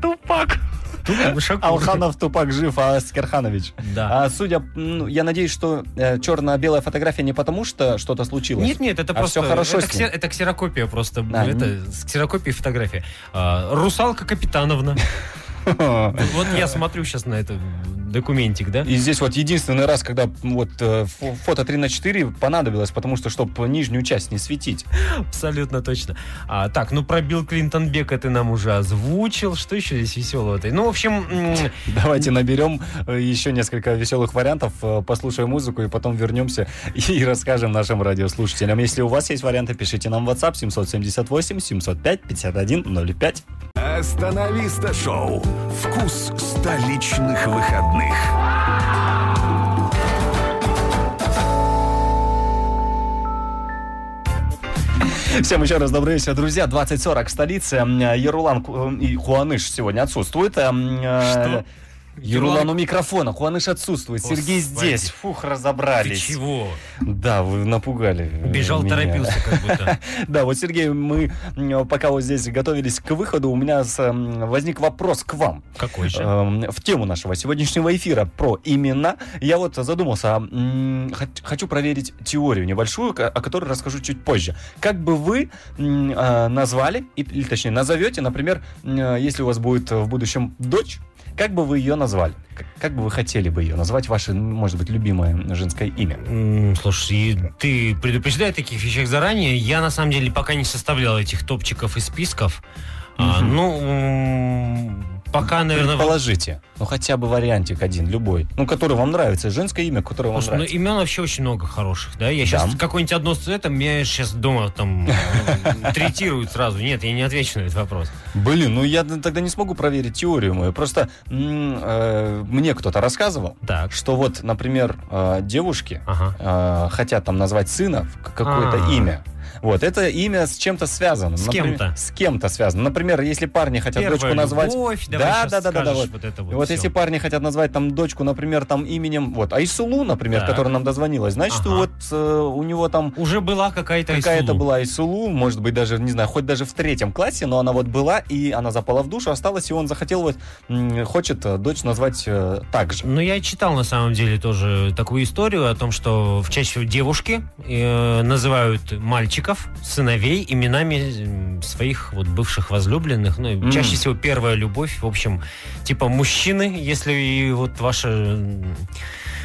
Тупак. Тупак, шок. Алханов Тупак жив, а Скерханович. Да. А судя, ну, я надеюсь, что черно-белая фотография не потому, что что-то случилось. Нет, нет, это А просто... всё хорошо это, с ним. ксер- это ксерокопия просто. А, это с ксерокопией фотография. А, Русалка <laughs> Капитановна. Вот я смотрю сейчас на этот документик, да? И здесь вот единственный раз, когда вот э, фо- фото 3 на 4 понадобилось, потому что, чтобы нижнюю часть не светить. Абсолютно точно. А, так, ну про Билл Клинтон Бека ты нам уже озвучил. Что еще здесь веселого-то? Ну, в общем, м, Давайте наберем э, еще несколько веселых вариантов, э, послушаем музыку и потом вернемся <laughs> и расскажем нашим радиослушателям. Если у вас есть варианты, пишите нам в WhatsApp 778 705 51 05. Остановиста шоу. Вкус столичных выходных. Всем еще раз добрый вечер, друзья. 20.40 в столице. Ярулан Ку- и Хуаныш сегодня отсутствует. Э, Что? Ярулан у микрофона, Хуаныш отсутствует, Сергей Господи. здесь. Фух, Ты разобрались. чего? Да, вы напугали. э, Бежал, меня. торопился как будто. <laughs> Да, вот, Сергей, мы м, пока вот здесь готовились к выходу, у меня с, м, возник вопрос к вам. Какой же? Эм, В тему нашего сегодняшнего эфира про имена. Я вот задумался, а, м, хоч- хочу проверить теорию небольшую, ко- о которой расскажу чуть позже. Как бы вы м, а, назвали, и- или точнее назовете, например, м, а, если у вас будет в будущем дочь, как бы вы ее назвали? Как- Как бы вы хотели бы ее назвать, ваше, может быть, любимое женское имя? М, Слушай, и ты предупреждай о таких вещах заранее. Я на самом деле пока не составлял этих топчиков и списков. А, Ну, м, пока, наверное, в- Положите. Ну, хотя бы вариантик один, любой. Ну, который вам нравится. Женское имя, которое вам Слушай, ну нравится. имен вообще очень много хороших, да? Я сейчас Да. какое-нибудь одно с это меня сейчас дома там э, третируют сразу. Нет, я не отвечу на этот вопрос. Блин, ну я тогда не смогу проверить теорию мою. Просто м, э, мне кто-то рассказывал, Так. что вот, например, э, девушки Ага. э, хотят там назвать сына в к- какое-то А. имя. Вот, это имя с чем-то связано. С Например, кем-то. С кем-то связано. Например, если парни хотят Первая дочку назвать... любовь, давай да, щас да, да, да, да, скажешь вот. вот это вот Вот всё. если парни хотят назвать там дочку, например, там именем, вот, Айсулу, например, Так. которая нам дозвонилась, значит, Ага. вот э, у него там Уже была какая-то Какая-то Айсулу. была Исулу, может быть, даже, не знаю, хоть даже в третьем классе, но она вот была, и она запала в душу, осталась, и он захотел вот, м, хочет э, дочь назвать э, так же. Ну, я читал, на самом деле, тоже такую историю о том, что в чаще всего девушки э, называют мальчиков, сыновей, именами м, своих вот бывших возлюбленных. Ну, и Мгм. чаще всего первая любовь. В общем, типа мужчины, если и вот ваша м,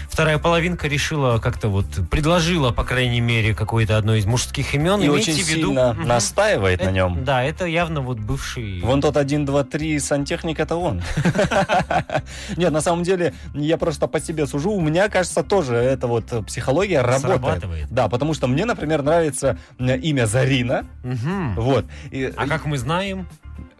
вторая половинка решила как-то вот, предложила, по крайней мере, какое-то одно из мужских имен. и Ну, имейте очень в виду- сильно Мгм. настаивает на Э, нем. Да, это явно вот бывший... Вон тот 1, 2, 3 сантехник, это он. <laughs> Нет, на самом деле, я просто по себе сужу. У меня, кажется, тоже эта вот э, психология работает. Срабатывает. Да, потому что мне, например, нравится э, имя Зарина. Мгм. Вот. И- э, А как мы знаем...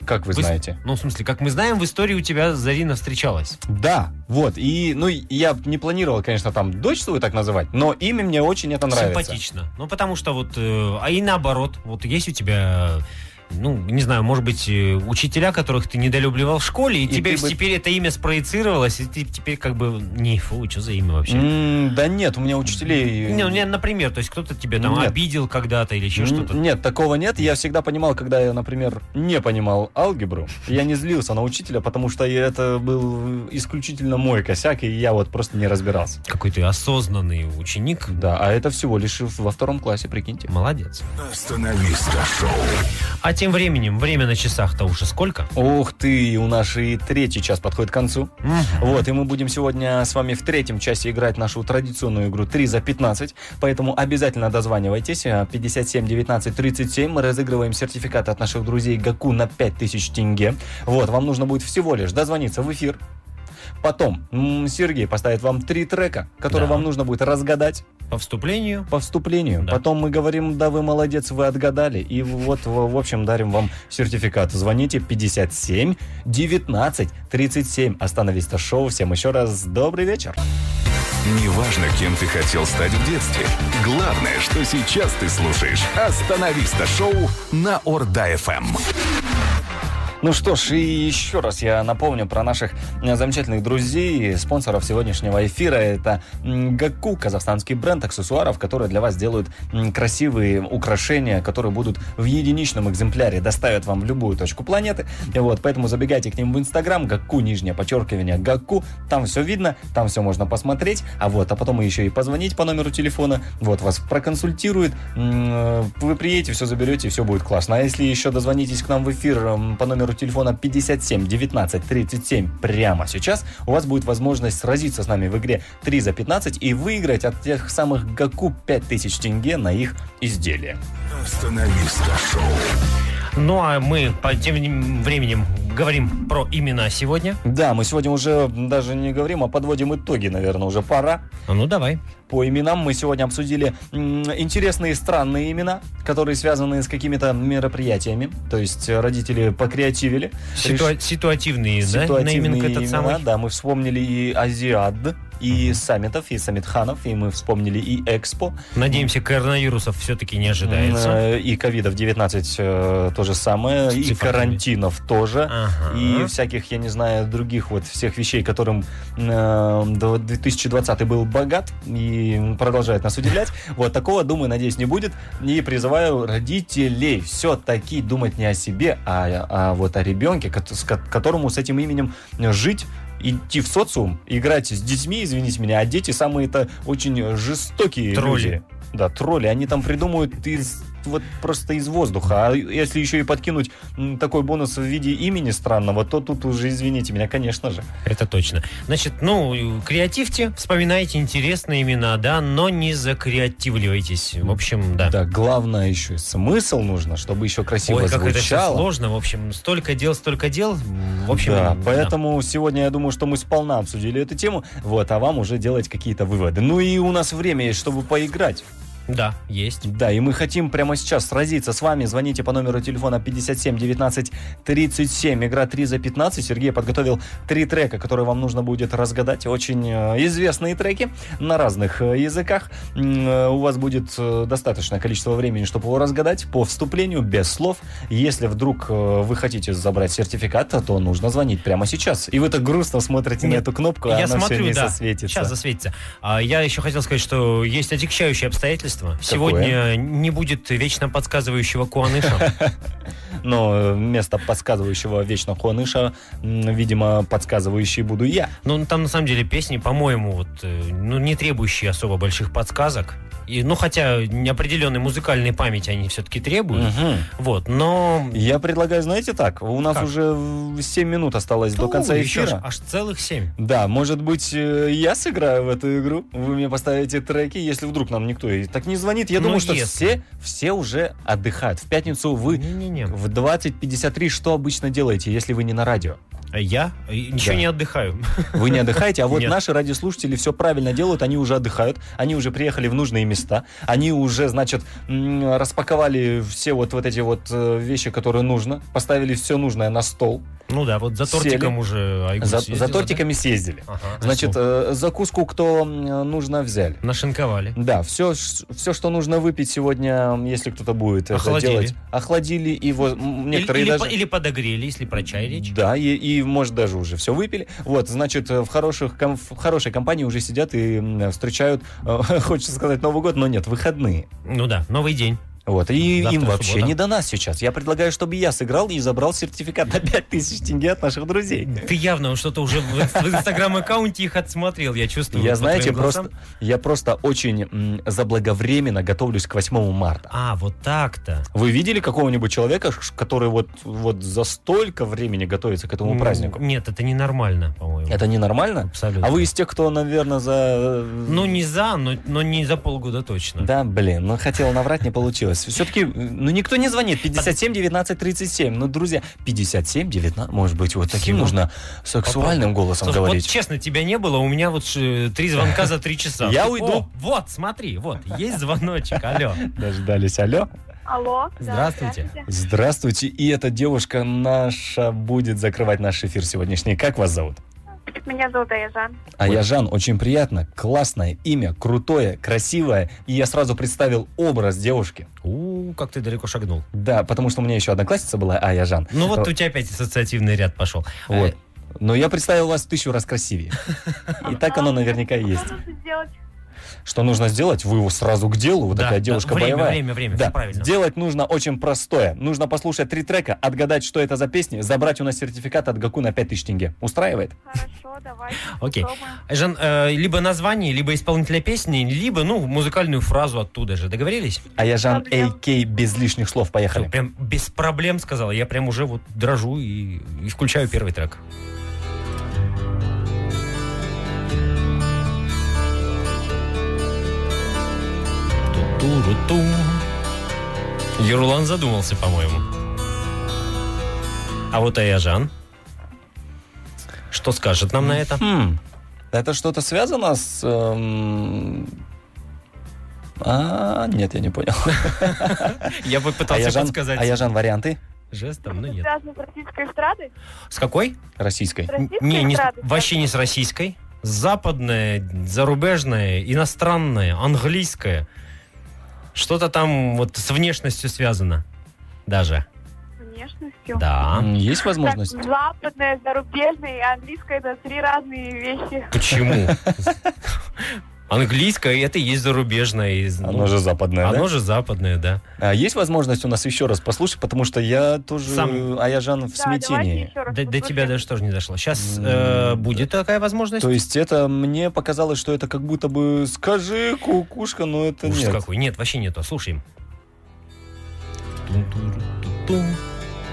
Как вы Вы с- знаете? Ну, в смысле, как мы знаем, в истории у тебя Зарина встречалась. Да, вот. И, ну, я не планировал, конечно, там дочь свою так называть, но имя мне очень это нравится. Симпатично. Ну, потому что вот... э, а и наоборот, вот есть у тебя... э, Ну, не знаю, может быть, э, учителя, которых ты недолюбливал в школе, и, И тебе ты бы- теперь это имя спроецировалось, и ты теперь как бы... Не, фу, что за имя вообще? М, да нет, у меня учителей... Не, ну, не, например, то есть кто-то тебя там Нет. обидел когда-то или еще М, что-то. Нет, такого нет. Я всегда понимал, когда я, например, не понимал алгебру, я не злился на учителя, потому что это был исключительно мой косяк, и я вот просто не разбирался. Какой ты осознанный ученик. Да, а это всего лишь во втором классе, прикиньте. Молодец. Остановиста шоу. А тем временем, время на часах-то уже сколько? Ух ты, у нас и третий час подходит к концу. Вот, и мы будем сегодня с вами в третьем часе играть нашу традиционную игру 3 за 15, поэтому обязательно дозванивайтесь, э, 57 19 37, мы разыгрываем сертификаты от наших друзей Гаку на 5000 тенге. Вот, вам нужно будет всего лишь дозвониться в эфир, Потом м, Сергей поставит вам три трека, которые Да. вам нужно будет разгадать По вступлению. по вступлению. Да. Потом мы говорим, да вы молодец, вы отгадали. И вот, в в общем, дарим вам сертификат. Звоните 57 19 37. Остановись то шоу. Всем еще раз добрый вечер. Неважно, кем ты хотел стать в детстве. Главное, что сейчас ты слушаешь «Остановиста» шоу на Эм. Орда-ФМ. Ну что ж, и еще раз я напомню про наших э, замечательных друзей, и спонсоров сегодняшнего эфира. Это м, Гаку, казахстанский бренд аксессуаров, которые для вас делают м, красивые украшения, которые будут в единичном экземпляре, доставят вам в любую точку планеты. И вот, поэтому забегайте к ним в Инстаграм, Гаку, нижнее подчеркивание, Гаку. Там все видно, там все можно посмотреть. А вот, а потом еще и позвонить по номеру телефона. Вот, вас проконсультируют. М, э, Вы приедете, все заберете, и все будет классно. А если еще дозвонитесь к нам в эфир м, по номеру телефона 57 19 37 прямо сейчас, у вас будет возможность сразиться с нами в игре 3 за 15 и выиграть от тех самых Гаку 5000 тенге на их изделие. «Остановиста» шоу. Ну, а мы по тем временем говорим про имена сегодня. Да, мы сегодня уже даже не говорим, а подводим итоги, наверное, уже пора. А Ну, давай. По именам мы сегодня обсудили м, интересные и странные имена, которые связаны с какими-то мероприятиями. То есть э, родители покреативили. Ситуа- ситуативные, да? Ситуативные Нейминг этот имена, самый. Да, мы вспомнили и Азиад, и и саммитов, и саммитханов, и мы вспомнили и Экспо, Надеемся, коронавирусов все-таки не ожидается. Э, и ковидов 19 э, то же самое, С и цифрами. карантинов тоже, Ага. и всяких, я не знаю, других вот всех вещей, которым э, до 2020 был богат и продолжает нас удивлять. Вот такого, думаю, надеюсь, не будет. И призываю родителей все-таки думать не о себе, а, а вот о ребенке, кот- с ко- которому с этим именем жить идти в социум, играть с детьми, извините меня, а дети самые-то очень жестокие Тролли. люди. Да, тролли, они там придумают из вот просто из воздуха. А если еще и подкинуть м, такой бонус в виде имени странного, то тут уже, извините меня, конечно же. Это точно. Значит, ну, креативьте, вспоминайте интересные имена, да, но не закреативливайтесь. В общем, да. главное еще и смысл нужно, чтобы еще красиво Ой, как это все звучало. сложно, в общем, столько дел, столько дел. М, В общем, да, поэтому сегодня я думаю, что мы сполна обсудили эту тему, вот, а вам уже делать какие-то выводы. Ну и у нас время есть, чтобы поиграть. Да, есть. Да, и мы хотим прямо сейчас сразиться с вами. Звоните по номеру телефона 57 19 37. Игра 3 за 15. Сергей подготовил три трека, которые вам нужно будет разгадать. Очень э, известные треки на разных э, языках. М, э, У вас будет э, достаточное количество времени, чтобы его разгадать по вступлению, без слов. Если вдруг э, вы хотите забрать сертификат, то нужно звонить прямо сейчас. И вы так грустно смотрите на Нет, эту кнопку, а Я она всё смотрю, не да. сосветится. Сейчас засветится. А я еще хотел сказать, что есть отягчающие обстоятельства. Сегодня не будет вечно подсказывающего <laughs> Куаныша. Но вместо подсказывающего вечно Хуаныша, м, видимо, подсказывающий буду я. Ну, там на самом деле песни, по-моему, вот, э, ну, не требующие особо больших подсказок. И, ну, хотя неопределенной музыкальной памяти они все-таки требуют. Вот, но... Я предлагаю, знаете так, у нас Как? уже 7 минут осталось до конца Ну, еще эфира. ж аж целых семь. Да, может быть, э, я сыграю в эту игру, вы мне поставите треки, если вдруг нам никто и так не звонит. Я Ну, думаю, что если. все, все уже отдыхают. В пятницу вы Не-не-не. в 20.53 что обычно делаете, если вы не на радио? А Я И ничего Да. не отдыхаю. <laughs> Вы не отдыхаете, а вот Нет. наши радиослушатели все правильно делают, они уже отдыхают, они уже приехали в нужные места, они уже, значит, м, распаковали все вот, вот эти вот э, вещи, которые нужно, поставили все нужное на стол, Ну да, вот за Сели. тортиком уже а, Айгуль за, съездила, за да? тортиками съездили. Ага, Значит, нашел. э, закуску, кто м, нужно, взяли. нашинковали. Да, все, все, что нужно выпить сегодня, если кто-то будет это Охладили. делать, охладили и воз- м, Или, некоторые или даже... по- или подогрели, если про чай речь. Да, и, и, может даже уже все выпили. Вот, значит, э, в, хороших, ком- в хорошей компании уже сидят и м, встречают, э, <laughs> хочется сказать, Новый год, но нет, выходные. Ну да, новый день. Вот, и Завтра им вообще суббота. не до нас сейчас. Я предлагаю, чтобы я сыграл и забрал сертификат на 5000 тенге от наших друзей. Ты явно что-то уже в в инстаграм-аккаунте их отсмотрел, я чувствую. Я, по знаете, твоим ну, глазам. просто, я просто очень м, заблаговременно готовлюсь к 8 марта. А, вот так-то. Вы видели какого-нибудь человека, ш- который вот, вот за столько времени готовится к этому Ну, М, празднику? Нет, это ненормально, по-моему. Это ненормально? Абсолютно. А вы из тех, кто, наверное, за... э, Ну, не за, но, но не за полгода точно. Да, блин, ну хотел наврать, не получилось. Все-таки, ну никто не А звонит. 57 19 37. Ну, друзья, 57 19, может быть, вот таким Всего. нужно сексуальным голосом Слушай, вот говорить. честно, тебя не было, у меня вот ш- три звонка за три часа. Я О, уйду. вот, смотри, вот, есть звоночек, алло. Дождались, алло. Алло. да, Здравствуйте. Здравствуйте, и эта девушка наша будет закрывать наш эфир сегодняшний. Как вас зовут? здравствуйте. Меня зовут Айжан. А я Жан, очень приятно, классное имя, крутое, красивое. И я сразу представил образ девушки. У, как ты далеко шагнул. Да, потому что у меня еще одноклассница была, а я Жан. Ну вот у тебя опять ассоциативный ряд пошел. Вот. Э, Но я представил вас тысячу раз красивее. И так оно наверняка и есть. Что нужно сделать? Что нужно сделать? Вы его сразу к делу, вот да, такая да, девушка время, боевая. Время, время, да, все правильно. делать нужно очень простое. Нужно послушать три трека, отгадать, что это за песни, забрать у нас сертификат от Гаку на 5000 тенге. Устраивает? Хорошо, давайте. Окей. попробуем. Жан, э, либо название, либо исполнителя песни, либо, ну, музыкальную фразу оттуда же. Договорились? А я Жан Проблем. Эй без лишних слов, поехали. Прям без проблем сказала. Я прям уже вот дрожу и, и включаю первый трек. Ту-ту-ру-тум. Ерулан задумался, по-моему. А вот Аяжан. Что скажет нам на это? Хм. Это что-то связано с... эм, А, нет, я не понял. <laughs> Я бы А я пытался Жан, подсказать. а я Жан варианты Жестом, но Это Ну нет. связано с российской эстрадой? С какой? российской. С российской Не, не с- эстрадой? вообще не с российской. западное, зарубежное, иностранное, английское. Что-то там вот с внешностью связано даже. Внешностью. Да. М, Есть Так, возможность? западное, зарубежное и английское это три разные вещи. Почему? Английское это и есть зарубежное. и, ну, Оно же западное, да? оно же западное, да. А есть возможность у нас еще раз послушать, потому что я тоже, Сам. а я, Жан, в Да, давайте смятении. еще раз До, до тебя послушаем. даже тоже не дошло. Сейчас М, э, да. будет такая возможность. То есть это мне показалось, что это как будто бы скажи, кукушка, но это Ужас нет. какой. Нет, вообще нету. Слушаем. Тун-туру-ту-тум.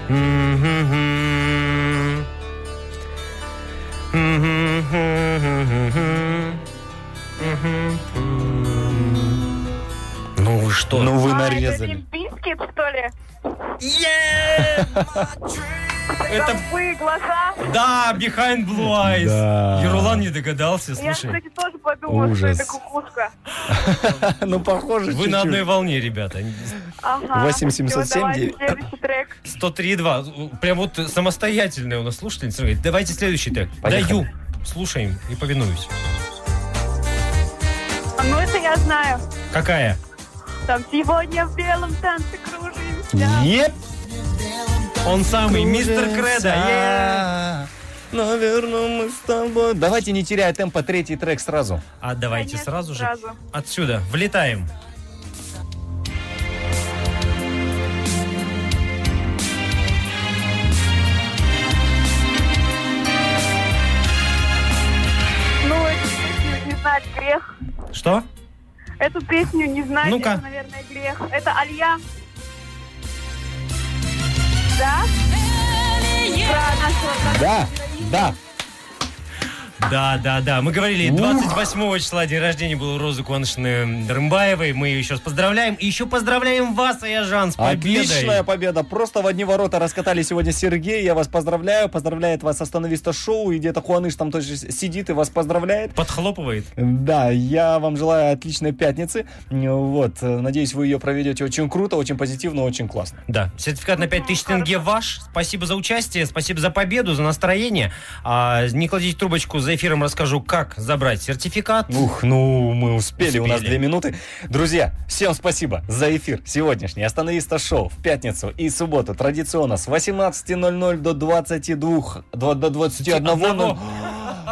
М-хм-хм. М-хм-хм-хм-хм. М-хм-хм. Ну вы что? Ну вы А, это нарезали. Limp Bizkit, что ли? <laughs> Е! Это Голубые глаза. да, behind blue eyes. Да. Ерулан не догадался, Я, слушай. кстати, тоже подумала, что Ужас. это кукушка. <laughs> Ну похоже Вы на одной волне, ребята. Ага. Всё, 8707. давайте Следующий трек. 103.2. Прям вот самостоятельная у нас слушательница. Говорит, давайте следующий трек. Поехали. Даю. Слушаем и повинуюсь. А, Ну это я знаю. Какая? Там сегодня в белом танце кружимся. Еп! Он самый, мистер Кредо. Кружимся. Наверное, мы с тобой. Давайте не теряя темпа, третий трек сразу. А давайте Конечно, сразу же сразу. отсюда влетаем. Ну, эту песню не знать грех. Что? Эту песню не знать, Ну-ка. это, наверное, грех. Это Алья. Да? Про нашего Да, да. Да, да, да. Мы говорили, Ух. 28 числа день рождения был у Розы Куанышны Рымбаевой. Мы ее еще раз поздравляем. И еще поздравляем вас, Аяжан, с победой. Отличная победа. Просто в одни ворота раскатали сегодня Сергей. Я вас поздравляю. Поздравляет вас остановиста шоу. И где-то Хуаныш там тоже сидит и вас поздравляет. Подхлопывает. Да, я вам желаю отличной пятницы. Вот, э, надеюсь, вы ее проведете очень круто, очень позитивно, очень классно. Да, сертификат на 5000 тенге ваш. Спасибо за участие, спасибо за победу, за настроение. А, не кладите трубочку, за эфиром расскажу, как забрать сертификат. Ух, ну мы успели, у нас Успели. две минуты. Друзья, всем спасибо за эфир сегодняшний. Остановиста шоу в пятницу и субботу традиционно с 18.00 до 22, до, до 21. Одного. <gasps>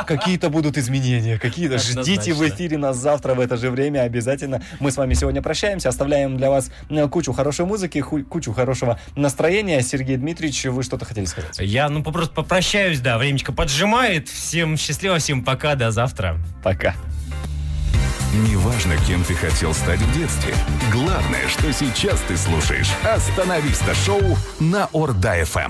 Какие-то будут изменения, какие-то. Однозначно. Ждите в эфире нас завтра в это же время обязательно. Мы с вами сегодня прощаемся, оставляем для вас э, кучу хорошей музыки, ху- кучу хорошего настроения. Сергей Дмитриевич, вы что-то хотели сказать? Я, ну, по- просто попрощаюсь, да, времечко поджимает. Всем счастливо, всем пока, до завтра. Пока. Неважно, кем ты хотел стать в детстве. Главное, что сейчас ты слушаешь «Остановиста» шоу на Орда-ФМ.